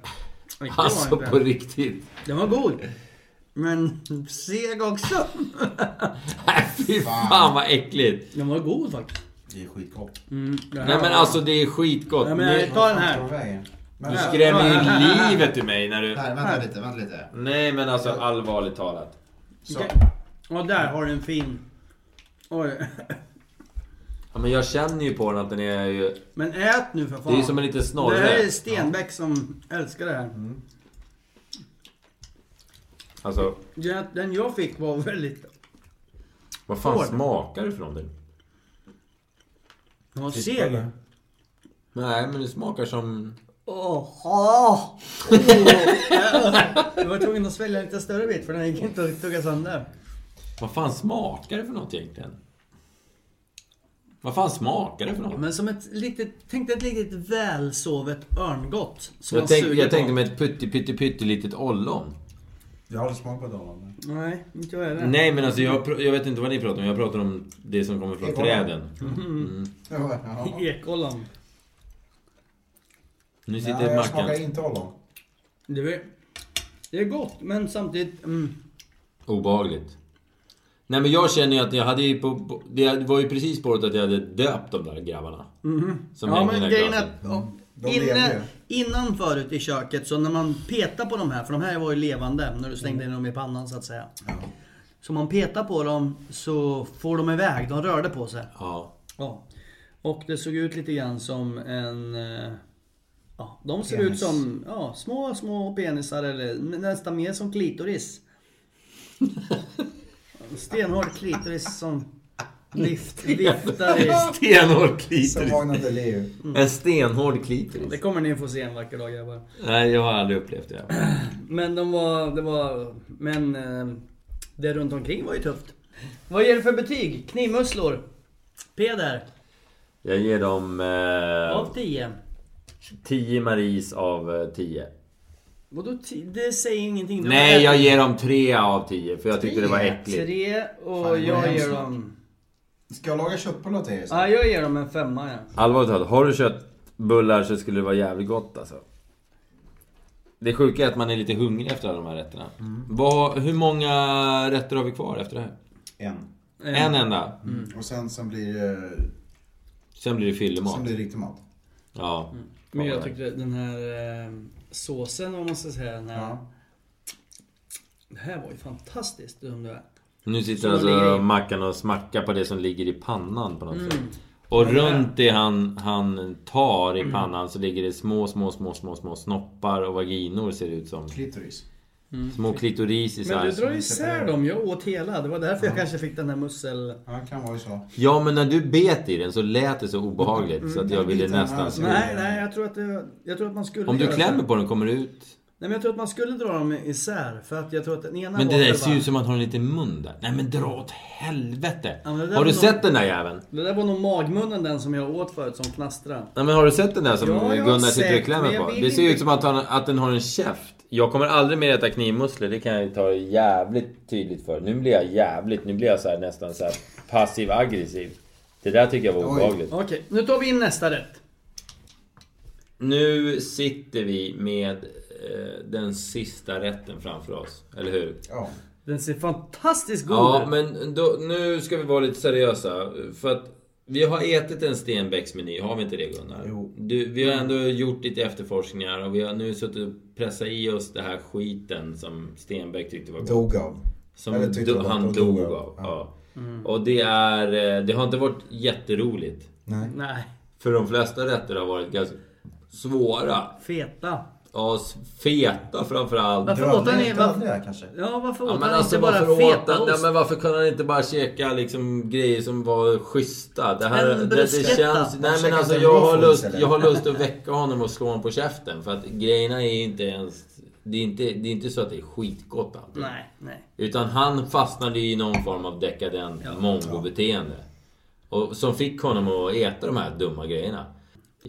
C: det var
D: Alltså
C: inte.
D: på riktigt.
C: Den var god. Men seg också.
D: Fy fan vad äckligt.
C: Den var god faktiskt.
E: Det är skitgott.
C: Mm, det här
D: Nej men
C: var-
D: alltså det är skitgott.
C: Nej, men
D: Ni-
C: ta den här.
D: Du skrämmer ju livet ur mig när du...
E: Nej, vänta lite, vänta lite.
D: Nej men alltså allvarligt talat.
E: Så.
C: Okej. Och där har du en fin. Oj.
D: Ja, men jag känner ju på den att den är ju...
C: Men ät nu för fan.
D: Det är ju som en liten snorre.
C: Det här är Stenbeck som älskar det här.
D: Alltså,
C: Den- Den jag fick var väldigt...
D: vad fan
C: Hård.
D: smakar det för någonting?
C: Den var seg.
D: Nej men det smakar som...
C: Åh, åh. Åh. Oh. Jag var tvungen att svälja en lite större bit för den gick inte att tugga sönder.
D: Vad fan smakar det för något egentligen? Vad fan smakar det för något?
C: Men som ett litet, tänk dig ett litet välsovet örngott. Som
D: jag,
C: man
D: tänk,
C: suger
D: jag
C: på.
D: tänkte med ett pytte pytte pytte litet ollon.
E: Jag har aldrig smakat på dollarn.
C: Nej, inte jag heller.
D: Nej men alltså jag, pr- jag vet inte vad ni pratar om. Jag pratar om det som kommer från
C: Ekollon. [laughs]
D: träden.
C: Mm.
E: Ja.
C: Ekollon.
D: Nu
E: Ja,
D: sitter
E: jag
D: Mackan...
E: smakar inte ollon.
C: Det är, det är gott men samtidigt... Mm.
D: Obehagligt. Nej men jag känner ju att jag hade ju på... på det var ju precis på året att jag hade döpt de där grabbarna.
C: Mhm.
D: Som
C: ja
D: hängde i
C: men
D: den
C: grejen är
D: glasen.
C: att ja,
E: De lever
C: inne, innan förut i köket så när man petar på de här, för de här var ju levande när du slängde in dem i pannan så att säga. Så man petar på dem så får de iväg, de rörde på sig.
D: Ja.
C: Ja. Och det såg ut lite grann som en... eh, Ja, de ser
F: Penis.
C: ut som ja, små, små penisar eller nästan mer som klitoris. Stenhård klitoris som lift, viftar i...
D: Stenhård klitoris. Mm.
E: Som vagnade leu.
D: En stenhård klitoris.
C: Det kommer ni få se en vacker dag grabbar.
D: Nej jag har aldrig upplevt det.
C: Men de var, det var, men eh, det runt omkring var ju tufft. Vad ger du för betyg? Knivmusslor? Peder?
D: Jag ger dem... Eh,
C: Av 10?
D: 10 Maris av eh, 10.
C: Vadå 10? Det säger ingenting. Det var
D: Nej,
C: ett-
D: jag ger dem 3 av 10 för jag tyckte det var äckligt.
C: Tre
E: Fan,
C: och
E: det var
C: jag
E: hemskt.
C: ger dem...
E: Ska jag laga köttbullar till er? sen?
C: Ja, jag ger dem en femma ja.
D: Allvarligt talat, har du köttbullar så skulle det vara jävligt gott alltså. Det sjuka är att man är lite hungrig efter alla de här rätterna. Vad, hur många rätter har vi kvar efter det här?
E: En.
C: Eh.
D: En enda?
C: Mm.
E: Och sen, sen blir det...
D: Sen blir det fyllemat.
E: Sen blir det riktig mat.
D: Ja.
C: Men jag tyckte den här eh, såsen, om man ska säga den här. Det här var ju fantastiskt hur det var.
D: Nu
C: Som
D: sitter
C: de ligger
D: alltså
C: i.
D: Mackan och smackar på det som ligger i pannan på något
C: Mm.
D: sätt. Och
C: Ja,
D: runt det han, han tar i pannan så ligger det små, små, små, små, små snoppar och vaginor ser det ut som.
E: Klitoris.
D: Små klitorisisar.
C: Mm. Men du
E: separerar.
C: drar isär dem, jag åt hela. Det var därför jag kanske fick den här mussel...
E: Ja, det kan vara så.
D: Ja men när du bet i den så lät det så obehagligt så att jag ville
E: biten här
D: nästan...
E: så-
C: Mm. Nej, nej, jag tror att, det, jag tror att man skulle
D: Mm. Om du
C: göra
D: klämmer
C: så.
D: på den kommer det ut...
C: Nej, men jag tror att man skulle dra dem isär. För att jag tror att den ena
D: Men det
C: var
D: där
C: för
D: ser ju
C: varm.
D: ut som att man har en liten mun där. Nej men dra åt helvete!
C: Ja, men det där
D: Har du
C: var
D: sett
C: nog-
D: den där jäveln?
C: Det där var nog magmunnen den som jag åt förut som knastrade.
D: Nej men har du sett den där som
C: Ja, jag har
D: Gunnar sitter
C: sett,
D: och
C: men
D: klämmer
C: jag
D: på?
C: vill
D: Det ser ju
C: inte-
D: ut som att, han, att den har en käft. Jag kommer aldrig mer äta knivmusslor, det kan jag ju ta jävligt tydligt för. Nu blir jag jävligt, nu blir jag så här, nästan så här passiv aggressiv. Det där tycker jag var
E: Oj.
D: obehagligt.
C: Okej, nu tar vi in nästa rätt.
D: Nu sitter vi med eh, den sista rätten framför oss, eller hur?
E: Ja.
C: Den ser fantastiskt god
D: Ja,
C: ut.
D: men då, nu ska vi vara lite seriösa. För att vi har ätit en Stenbecks-meny, har vi inte det Gunnar?
E: Jo. Mm.
D: Du, vi har ändå gjort lite efterforskningar och vi har nu suttit och pressat i oss den här skiten som Stenbeck tyckte var god.
E: Dog av.
D: Som
E: Eller tyckte
D: do-
E: var gott
D: han
E: och
D: dog av. Ja. Och det är... eh, Det har inte varit jätteroligt.
E: Nej.
C: Nej.
D: För de flesta rätter har varit ganska svåra.
C: Feta.
D: Ja, s- feta framförallt.
C: Varför åt han i- varför-
E: kanske?
C: Ja, varför åt
D: Ja, men
C: han
D: alltså,
C: inte bara
D: varför, åt han,
C: fetaost?
D: nej, men varför kunde han inte bara käka liksom, grejer som var schyssta? Det här,
C: En
D: det, det
C: bruschetta.
D: känns,
C: Han
D: nej, men
C: käkade
D: alltså,
C: en
D: jag,
C: raw
D: har
C: food
D: lust,
C: istället.
D: jag har lust att väcka honom och slå honom på käften. För att grejerna är inte ens... Det är inte, det är inte så att det är skitgott alltid.
C: Nej, nej.
D: Utan han fastnade i någon form av dekadent mongo-beteende. Och, som fick honom att äta de här dumma grejerna.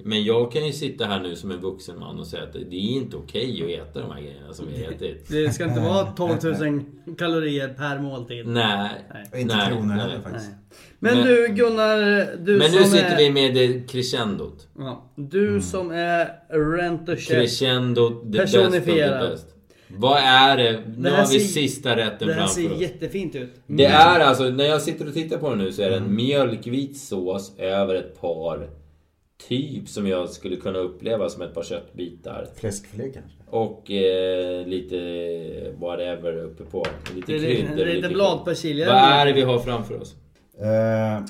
D: Men jag kan ju sitta här nu som en vuxen man och säga att det är inte okej att äta de här grejerna som vi har ätit.
C: Det ska inte vara 12 000 kalorier per måltid.
D: Nej.
C: Nej.
D: Inte Nej, kronor nej. heller
E: faktiskt.
C: Men,
D: Men-
C: du Gunnar, du
D: Men
C: som
D: nu sitter
C: är...
D: vi Mm. med det crescendot.
C: Ja, du som är rent a chef.
D: Crescendot, the best of the
C: Personifierad.
D: best. Vad är det? Nu
C: Det här
D: har vi
C: ser-
D: sista rätten
C: Det här
D: framför
C: ser
D: oss.
C: jättefint ut.
D: Det är alltså, när jag sitter och tittar på den nu så är det
C: Mm.
D: en mjölkvit sås över ett par typ som jag skulle kunna uppleva som ett par köttbitar.
E: Fläskfilé kanske?
D: Och eh, lite whatever uppe på. Lite
C: Det är
D: kryddor. och
C: lite
D: gott.
C: bladpersilja.
D: Vad är det vi har framför oss?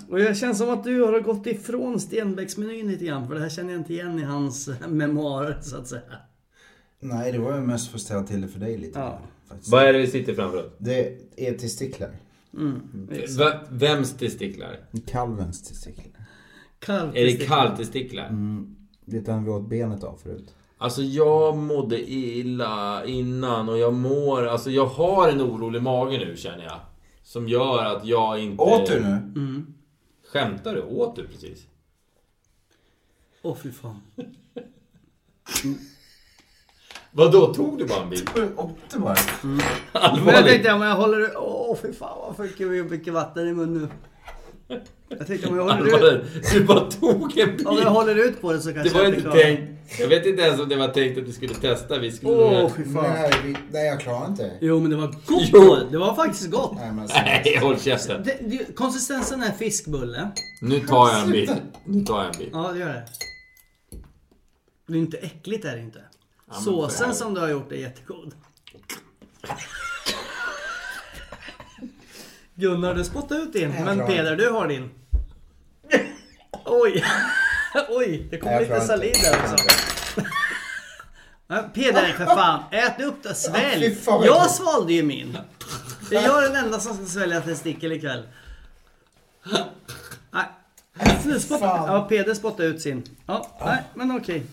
C: Och jag känns som att du har gått ifrån Stenbecks-menyn lite grann. För det här känner jag inte igen i hans [laughs] memoarer så att säga.
E: Nej, det var ju mest för att ställa till det för dig lite.
C: Ja.
D: Vad är det vi sitter framför oss?
E: Det är testiklar.
D: Va- Vems testiklar?
E: Kalvens testiklar.
D: Är det kalvtestiklar?
E: Mm, det är den vi åt benet av förut.
D: Alltså jag mådde illa innan och jag mår... Alltså jag har en orolig mage nu känner jag. Som gör att jag inte...
E: Åt du nu?
C: Mm.
D: Skämtar du? Åt du precis?
C: Åh fy fan.
D: Vadå, tog du bara en bit? [laughs]
E: Åt du bara?
C: Men jag
D: Allvarligt?
C: tänkte om jag håller... Åh fy fan vad fick vi mycket vatten i munnen nu. Jag tänkte om jag håller ut...
D: Allvarligt? Du bara typ- tog en bit?
C: Om jag håller ut på det så
D: Det
C: kanske
D: var
C: jag
D: inte
C: klarar.
D: tänkt... Jag vet inte ens om det var tänkt att du skulle testa. Vi skulle...
C: Åh fy fan.
E: Nej, vi, nej, jag klarar inte.
C: Jo men det var gott! Jo. Det var faktiskt gott!
E: Nej, men alltså,
D: Nej, håll käften.
C: Det, det, konsistensen är fiskbulle.
D: Nu tar jag en bit. Nu tar jag en bit.
C: Ja, det gör det. Det är inte äckligt är det inte.
D: men för
C: Såsen
D: helvete.
C: som du har gjort är jättegod. Gunnar, du spottade ut din.
E: Jag
C: Men
E: klarar
C: Peder, du har din. [laughs] Oj! [laughs] Oj, det kom
E: Jag
C: lite
E: klarar
C: saliv
E: inte.
C: där också. [laughs] Ja, Peder, för fan. Ät upp det.
E: Ja,
C: Svälj.
E: fy fan, vad
C: Jag
E: äckligt.
C: svalde ju min. Det är jag den enda som ska svälja testikel ikväll. Nej. Nu spott... Ja, Peder spottade ut sin. Ja, nej, men okej.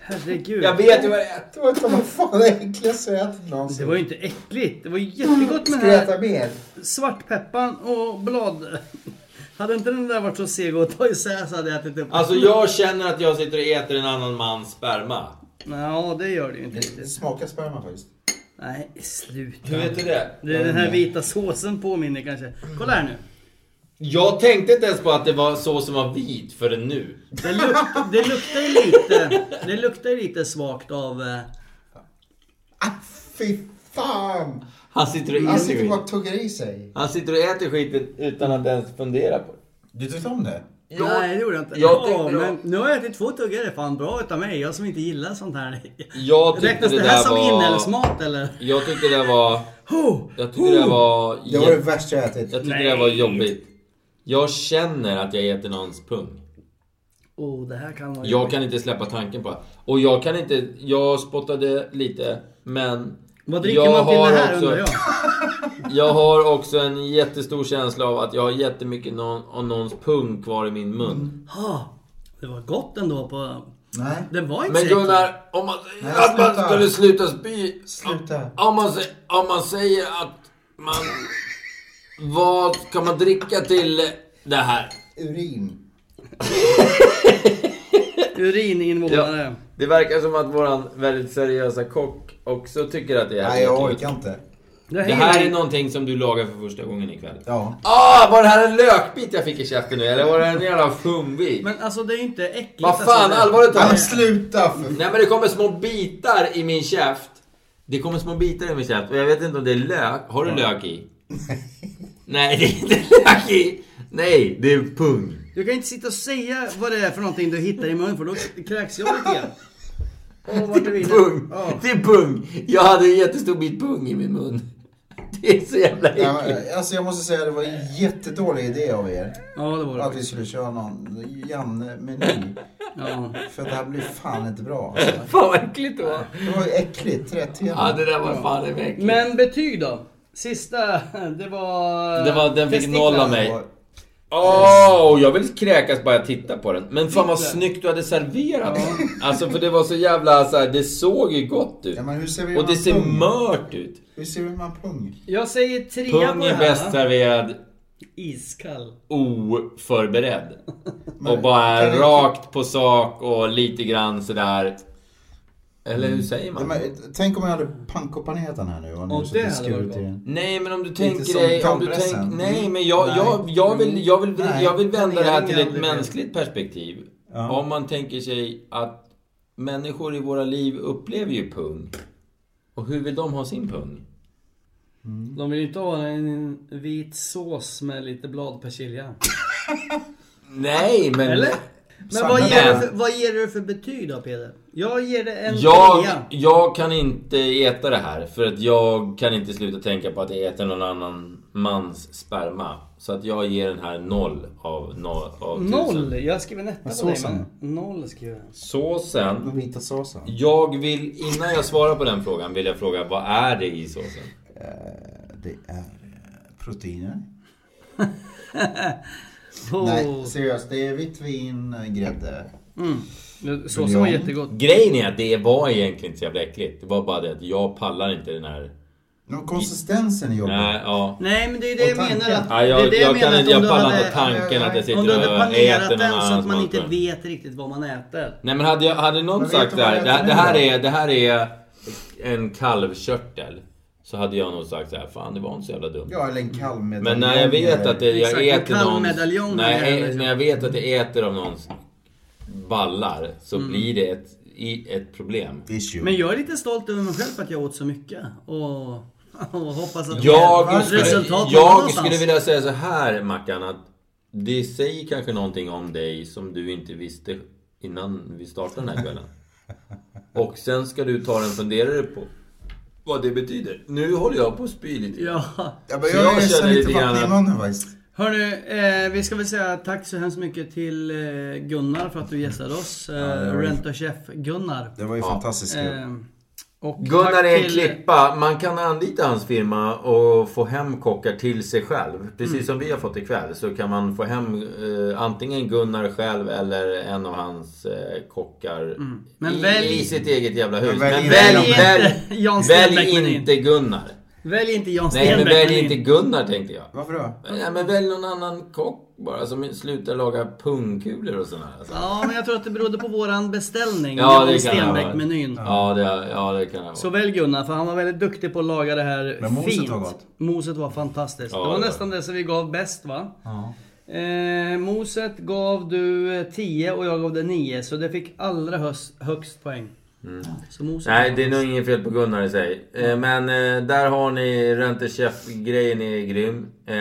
C: Herregud.
D: Jag vet ju vad det är.
E: Det var inte vad fan det äckligaste jag ätit någonsin.
C: Det var ju inte äckligt. Det var ju jättegott med
E: Ska du
C: den
E: äta
C: här
E: mer?
C: svartpepparn och blad... [laughs] Hade inte den där varit så seg att ta isär så hade jag ätit upp den.
D: Alltså jag känner att jag sitter och äter en annan mans sperma.
C: Ja, det gör det ju inte
E: Det
C: riktigt.
E: smakar sperma faktiskt.
C: Nej, sluta.
D: Hur vet du det?
C: Det är den här vita såsen påminner kanske. Kolla här nu.
D: Jag tänkte inte ens på att det var så som var vit förrän nu.
C: Det, luk- det luktar ju lite... Det luktar ju lite svagt av... eh,
E: Ah, fy fan!
D: Han sitter och
E: Han
D: äter
E: sitter
D: skit.
E: bara och tuggar i sig.
D: Han sitter och äter skiten utan att ens fundera på det.
E: Du tyckte om det?
C: Nej, det gjorde jag inte.
D: jag
C: ja,
D: tänkte-
C: men nu har jag ätit två tuggar. Det är fan bra utav mig. Jag som inte gillar sånt här.
D: Jag tyckte
C: Räknas
D: det,
C: det här
D: där
C: som
D: var...
C: inälvsmat eller?
D: Jag tyckte det var...
C: Oh,
D: Jag tyckte det var...
E: Det var det värsta jag ätit.
D: Jag tyckte det var jobbigt. Jag känner att jag äter någons pung.
C: oh, det här kan vara
D: Jag kan inte släppa tanken på det. Och jag kan inte... Jag spottade lite, men...
C: Vad dricker
D: jag
C: man till
D: har
C: det här
D: också-
C: undrar jag?
D: Jag har också en jättestor känsla av att jag har jättemycket någon, av någons pung kvar i min mun.
C: Ha, Ah, det var gott ändå på...
E: Nej.
C: Det var inte
D: Men
C: så äckligt.
D: Gunnar, om man,
E: Nej,
D: att man
E: sluta.
D: skulle sluta spy...
E: Sluta.
D: Om man, sä- om man säger att man... Vad kan man dricka till det här?
E: Urin.
C: Urininvånare.
D: Det verkar som att våran väldigt seriösa kock också tycker att det är
E: Nej, jag orkar inte.
D: Det här är någonting som du lagar för första gången ikväll.
E: Ja.
D: Ah, var det här en lökbit jag fick i käften nu? Eller var det en jävla fumbit?
C: Men alltså det är ju inte äckligt.
D: Vad fan,
C: alltså, det-
D: allvarligt
E: Men
D: talat.
E: sluta! För...
D: Nej men det kommer små bitar i min käft. Det kommer små bitar i min käft och jag vet inte om det är lök. Har du
E: [laughs]
D: lök i? Nej, det är inte lök i. Nej, det är pung.
C: Du kan inte sitta och säga vad det är för någonting du hittar i munnen för då kräks jag lite grann. Åh, vart är vi nu?
D: Pung.
C: Ja.
D: Det är pung. Jag hade en jättestor bit pung i min mun. [laughs] Det är så jävla
E: Ja,
D: äckligt.
E: alltså jag måste säga det var en jättedålig idé av er.
C: Ja, det var det
E: Att vi skulle köra någon Janne-meny. För det här blir fan inte bra. Alltså.
D: Fan vad äckligt det var.
E: Det var ju äckligt. Rätt tema.
D: Ja, det där var fan äckligt.
C: Men betyg då? Sista, det var...
D: Det var, den fick
C: testiklarna.
D: noll av mig. Åh, jag vill kräkas bara jag tittar på den. Men fan vad snyggt du hade serverat den. Alltså för det var så jävla så här, det såg ju gott ut.
E: vi
D: Och det
E: en
D: ser
E: pung?
D: mört ut.
E: Hur ser vi med en pung?
C: Jag säger trea
D: Pung
C: på det
D: är
C: här.
D: bäst serverad
C: Iskall.
D: oförberedd. Och bara rakt på sak och lite grann sådär. Eller hur säger man?
E: Ja, men, tänk om jag hade pankopanerat den här nu och
D: Och
E: nu
D: det
E: suttit och
D: hade varit
E: skurit i den.
D: Nej men om du
E: Lite
D: tänker
E: som
D: dig, om du
E: tandpressen.
D: tänker, nej
E: Mm.
D: men jag,
E: Nej.
D: jag, jag, vill, jag, vill,
E: Nej.
D: jag vill vända det här till ett
E: Planering aldrig.
D: mänskligt perspektiv. Om man tänker sig att människor i våra liv upplever ju pung. Och hur vill de ha sin pung?
C: De vill ju inte ha en vit sås med lite bladpersilja.
D: Nej men...
C: Eller? Men vad ger, du för, vad ger du för betyg då Peder? Jag ger det en
D: Jag,
C: trea.
D: jag kan inte äta det här för att jag kan inte sluta tänka på att jag äter någon annan mans sperma. Så att jag ger den här noll av, noll, av tusen.
C: Noll! Jag skriver en etta
D: Men
C: på dig
D: såsen?
C: men noll skriver jag.
D: Såsen.
E: Den vita såsen.
D: Jag vill, innan jag svarar på den frågan, vill jag fråga vad är det i såsen?
E: Det är eh, proteiner.
C: Oh.
E: Nej, seriöst. Det är vitt vin, eh, grädde.
C: Mm.
E: Såsen var jättegott.
D: Grejen är att det var egentligen inte så jävla äckligt. Det var bara det att jag pallar inte den här...
E: Men konsistensen är jobbig.
D: Nej, ja.
C: Nej men det är ju det jag menar att...
D: Ja, jag-
C: det är det
D: jag kan
C: menar att
D: inte- jag
C: om du
D: pallar
C: hade-
D: inte tanken att jag sitter
C: Om du hade
D: och
C: panerat
D: äter någon
C: den så att
D: annans
C: man inte
D: matlåda.
C: vet riktigt vad man äter.
D: Nej men hade, jag, hade någon
C: Men vet
D: sagt
C: du
D: det
C: vad
D: här,
C: jag
D: det, här-
C: äter
D: det här
C: nu
D: är, det här är en kalvkörtel. Så hade jag nog sagt så här, fan det var inte så jävla dumt.
E: Ja, eller en kalv med
D: Men när jag vet att det,
C: Exakt,
D: jag
C: en
D: äter
C: kalvmedaljon
D: någons... När
C: är det
D: jag,
C: liksom.
D: när jag vet att jag äter av någons ballar så
C: Mm.
D: blir det ett, i- ett problem.
C: Men jag är lite stolt över mig själv för att jag åt så mycket. Och, [laughs] och hoppas att
D: Jag skulle,
C: resultatet var
D: jag
C: någonstans.
D: skulle vilja säga så här Mackan att det säger kanske någonting om dig som du inte visste innan vi startade den här [laughs] kvällen. Och sen ska du ta en funderare på vad det betyder. Nu håller jag på att spy lite.
C: Ja.
E: Ja,
D: Så jag, känner lite grann att...
E: munnen faktiskt.
C: Hörru, eh, vi ska väl säga tack så hemskt mycket till eh, Gunnar för att du gästade oss. Eh,
D: Ja, det var ju-
C: Rent och chef Gunnar. Eh,
E: Det var ju
D: Ja.
E: fantastiskt kul.
C: och
D: Gunnar
C: tack
D: är en
C: till-
D: klippa. Man kan anlita hans firma och få hem kockar till sig själv. Precis
C: Mm.
D: som vi har fått ikväll så kan man få hem eh, antingen Gunnar själv eller en av hans eh, kockar
C: Mm. Men
D: i,
C: välj-
D: i sitt eget jävla hus.
C: Men
D: Men
C: välj
D: välj,
C: inte-
D: välj,
C: Välj inte
D: välj,
C: [laughs] Jan Stenbeck, men
D: inte Gunnar.
C: Välj inte Jan
D: Nej men
C: Stenbeck,
D: välj
C: men
D: inte
C: in.
D: Gunnar tänkte jag.
E: Varför då?
D: Nej men välj någon annan kock bara som slutar laga pungkulor och sådär. Alltså.
C: Ja, men jag tror att det berodde på våran beställning.
D: Ja, det kan det ha varit.
C: Stenbeck-menyn.
D: Ja, det, ja, det kan det vara.
C: Så väl Gunnar, för han var väldigt duktig på att laga det här
D: Men moset
C: fint.
D: var gott.
C: Moset var fantastiskt.
D: Ja,
C: det var
D: det var
C: nästan det som vi gav bäst va?
E: Ja.
C: Eh, moset gav du eh, 10 och jag gav det 9, så det fick allra höst, högst poäng.
D: Mm.
C: Så moset
D: Nej,
C: var
D: det är nog
C: bäst.
D: inget fel på Gunnar i sig. Eh, Men eh, där har ni Rentechef-grejen är grym. Eh,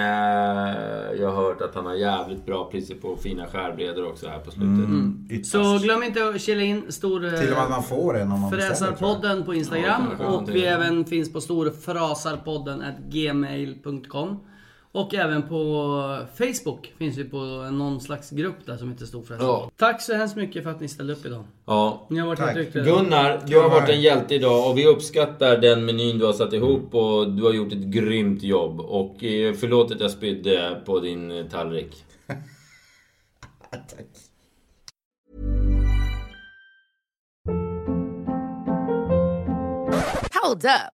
D: Jag har hört att han har jävligt bra priser på fina skärbrädor också här på slutet.
C: Mm. Så glöm inte att kila in stor... eh,
D: Till och med man får en om man beställer,
C: Fräsarpodden på Instagram
D: Ja, det kan jag
C: och vi
D: hantera.
C: även finns på storfrasarpodden at gmail.com Och även på Facebook finns vi på någon slags grupp där som heter Storfräsar.
D: Ja.
C: Tack så hemskt mycket för att ni ställde upp idag.
D: Ja.
C: Ni har varit helt duktiga.
D: Gunnar, du har varit en hjälte idag och vi uppskattar den menyn du har satt ihop och du har gjort ett grymt jobb. Och eh, förlåt att jag spydde på din eh, tallrik.
H: Hold up.